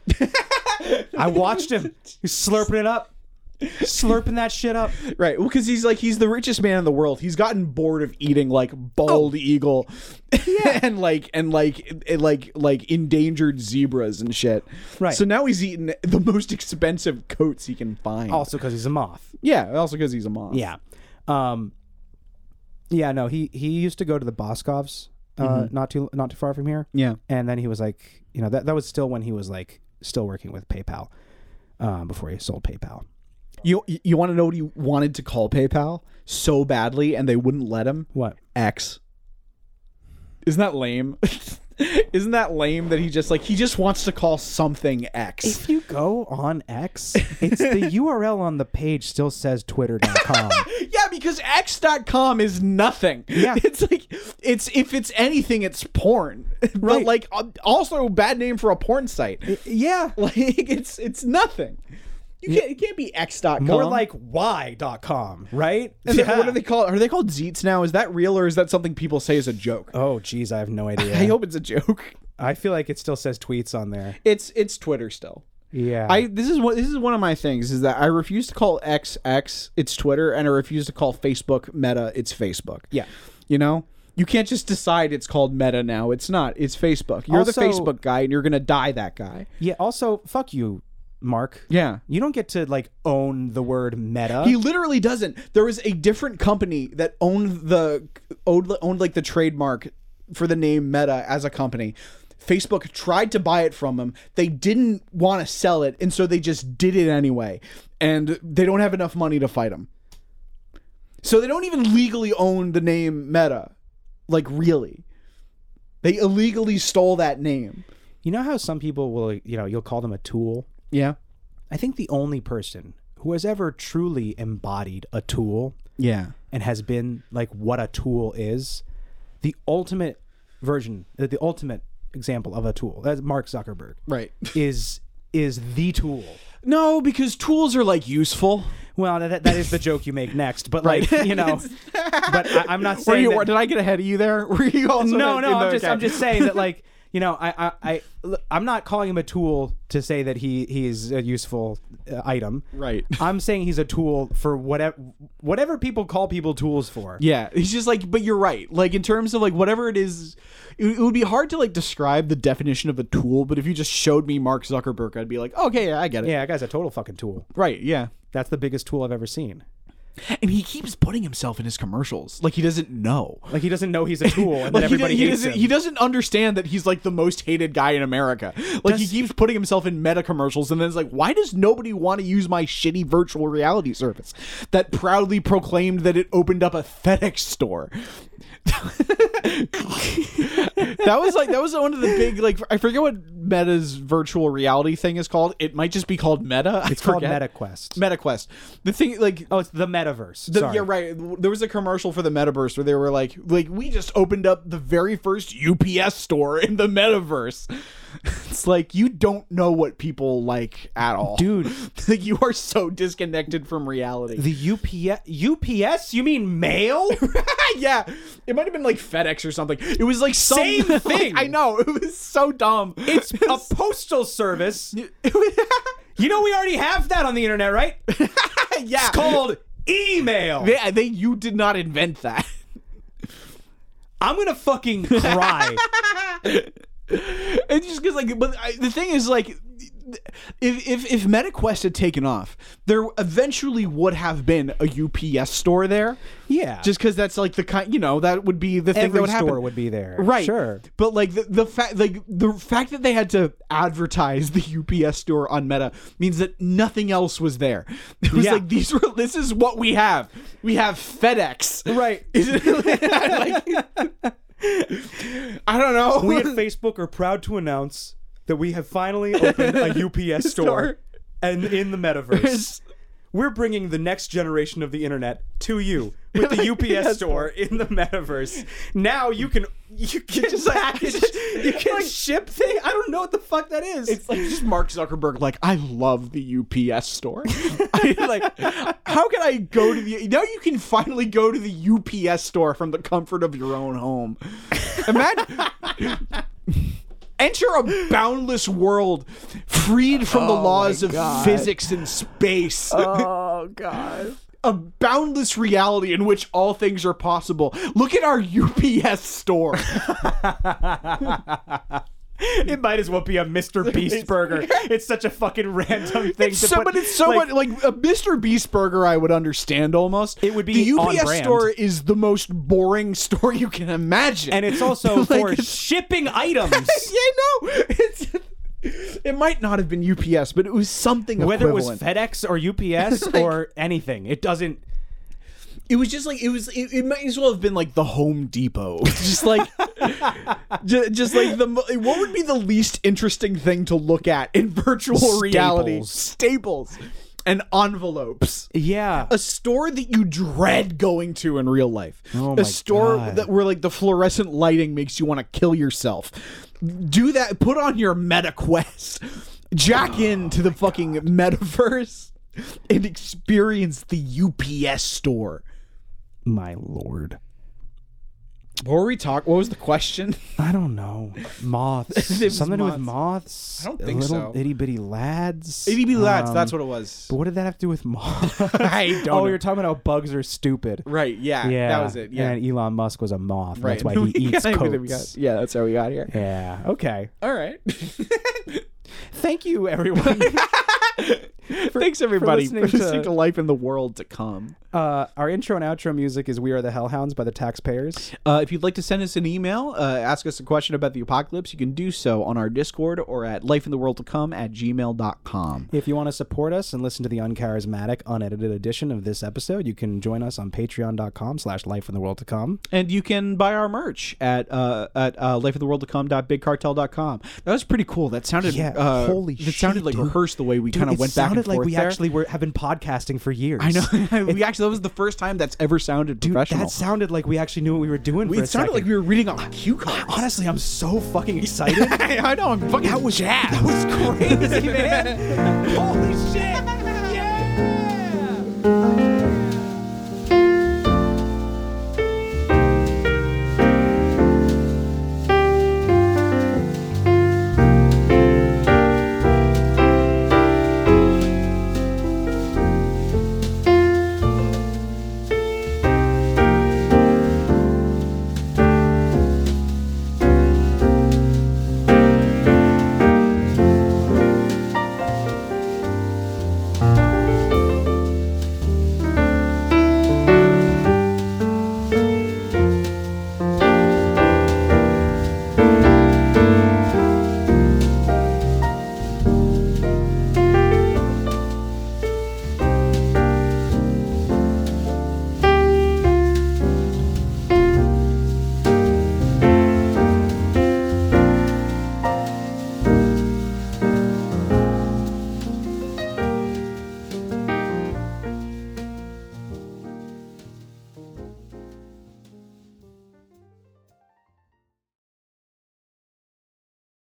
I watched him He's slurping it up, slurping that shit up. Right. Well, because he's like he's the richest man in the world. He's gotten bored of eating like Oh. bald eagle, and like and like and, like like endangered zebras and shit. Right. So now he's eating the most expensive coats he can find. Also because he's a moth. yeah. Also because he's a moth. Yeah, um, yeah. No, he he used to go to the Boscovs, uh, not too not too far from here. Yeah. and then he was like, you know, that that was still when he was like still working with PayPal, um, before he sold PayPal. You you want to know what he wanted to call PayPal so badly, and they wouldn't let him. What? X. Isn't that lame? Isn't that lame that he just like he just wants to call something X? If you go on X, it's the URL on the page still says twitter.com. Yeah, because X.com is nothing. Yeah. It's like it's if it's anything, it's porn. Right. But like uh, also a bad name for a porn site. yeah. Like it's it's nothing. You can't it can't be X.com. More like y.com, right? And then Yeah. what are they called? Are they called Zeets now? Is that real or is that something people say is a joke? Oh geez, I have no idea. I hope it's a joke. I feel like it still says tweets on there. It's it's Twitter still. Yeah. I this is what this is one of my things is that I refuse to call X X it's Twitter and I refuse to call Facebook Meta it's Facebook. Yeah. You know? You can't just decide it's called Meta now. It's not. It's Facebook. You're Also- the Facebook guy and you're going to die that guy. yeah. Also, fuck you, Mark. Yeah. You don't get to like own the word meta. He literally doesn't. There was a different company that owned the owned, owned like the trademark for the name Meta as a company. Facebook tried to buy it from him. They didn't want to sell it, and so they just did it anyway. And they don't have enough money to fight him. So they don't even legally own the name Meta. Like really. They illegally stole that name. you know how some people will, you know, you'll call them a tool? Yeah. I think the only person who has ever truly embodied a tool Yeah. and has been like what a tool is, the ultimate version, uh, the ultimate example of a tool, that's Mark Zuckerberg, Right. is is the tool. No, because tools are like useful. Well, that, that is the joke you make next, but like you know, but I, I'm not Were saying you, that- did I get ahead of you there? Were you also no, in no, the- I'm just, okay. I'm just saying that like, you know, I, I, I, look, I'm not calling him a tool to say that he, he is a useful uh, item. Right. I'm saying he's a tool for whatever, whatever people call people tools for. Yeah, he's just like, but you're right. Like in terms of like whatever it is, it, it would be hard to like describe the definition of a tool. But if you just showed me Mark Zuckerberg, I'd be like, okay, yeah, I get it. Yeah, that guy's a total fucking tool. Right. Yeah. That's the biggest tool I've ever seen. And he keeps putting himself in his commercials, like he doesn't know. Like he doesn't know he's a tool, and then Like he, everybody doesn't- he hates doesn't, him. he doesn't understand that he's like the most hated guy in America. Like he keeps putting himself in meta commercials, and then it's like, why does nobody want to use my shitty virtual reality service that proudly proclaimed that it opened up a FedEx store? that was like that was one of the big like I forget what Meta's virtual reality thing is called. It might just be called Meta. it's called MetaQuest. MetaQuest. The thing like oh, it's the metaverse. the, Sorry. yeah, right. There was a commercial for the metaverse where they were like, like we just opened up the very first UPS store in the metaverse. It's like you don't know what people like at all, Dude. like you are so disconnected from reality. The UPS. UPS? You mean mail? yeah, it might have been like FedEx or something. It was like some, Same like, thing. I know it was so dumb. It's a postal service. You know we already have that on the internet, right? yeah, It's called email. They, they, you did not invent that. I'm gonna fucking cry. It's just because, like, but I, the thing is, like, if if if MetaQuest had taken off, there eventually would have been a UPS store there. yeah, Just because that's like the kind, you know, that would be the thing every that would store happen. would be there, Right, Sure. but like the, the fact, like the fact that they had to advertise the UPS store on Meta means that nothing else was there. It was Yeah. like these were this is what we have. We have FedEx, Right. Is it like, I don't know. We at Facebook are proud to announce that we have finally opened a UPS store, Store. and in the metaverse. We're bringing the next generation of the internet to you with the UPS store in the metaverse. Now you can you can just, like, package, just- you can ship thing. I don't know what the fuck that is. It's like just Mark Zuckerberg. Like I love the UPS store. I, like how can I go to the now? You can finally go to the UPS store from the comfort of your own home. Imagine. Enter a boundless world, freed from the laws of physics and space. Oh god. a boundless reality in which all things are possible. Look at our UPS store. It might as well be a Mr. Beast burger. It's such a fucking random thing. to so, put- but it's so like, much like a Mr. Beast burger. I would understand almost. It would be the on UPS brand. store is the most boring store you can imagine, and it's also Like, for it's- shipping items. yeah, no, it's it might not have been UPS, but it was something Whether it was equivalent. FedEx or UPS or anything, it doesn't. It was just like it was. It, it might as well have been like the Home Depot, just like, just, just like the mo- what would be the least interesting thing to look at in virtual reality? Staples. Staples and envelopes. Yeah. a store that you dread going to in real life. Oh my a store God. that where like the fluorescent lighting makes you want to kill yourself. Do that. Put on your meta quest. Jack Oh into the fucking metaverse and experience the UPS store. My lord. What were we talk? What was the question? I don't know. Moths. was Something to do with moths. moths. I don't think little so. Itty bitty lads. Itty bitty lads. Um, that's what it was. But what did that have to do with moths? I don't. oh, know. you're talking about bugs are stupid. right. Yeah, Yeah. That was it. Yeah. And Elon Musk was a moth. and right. That's why he We eats got everything we coats. got. Yeah. That's how we got here. Yeah. Okay. All right. Thank you, everyone. Thanks everybody for listening listening, to- to Life in the World to Come. Uh, our intro and outro music is "We Are the Hellhounds" by the Taxpayers. Uh, if you'd like to send us an email, uh, ask us a question about the apocalypse, you can do so on our Discord or at lifeintheworldtocome at gmail.com. If you want to support us and listen to the uncharismatic, unedited edition of this episode, you can join us on Patreon.com/slash Life in the World to Come. And you can buy our merch at uh, at uh, lifeintheworldtocome.bigcartel.com. That was pretty cool. That sounded Yeah, uh, holy That shit, sounded like dude. rehearsed the way we kind of it went back sounded and like forth we there. actually were, have been podcasting for years. I know. we actually that was the first time that's ever sounded Dude, professional. that sounded like we actually knew what we were doing. We- for a it sounded like second. we were reading off cue cards. Honestly, I'm so fucking excited. I know. I'm fucking. that was that was crazy, man. Holy shit! Yeah.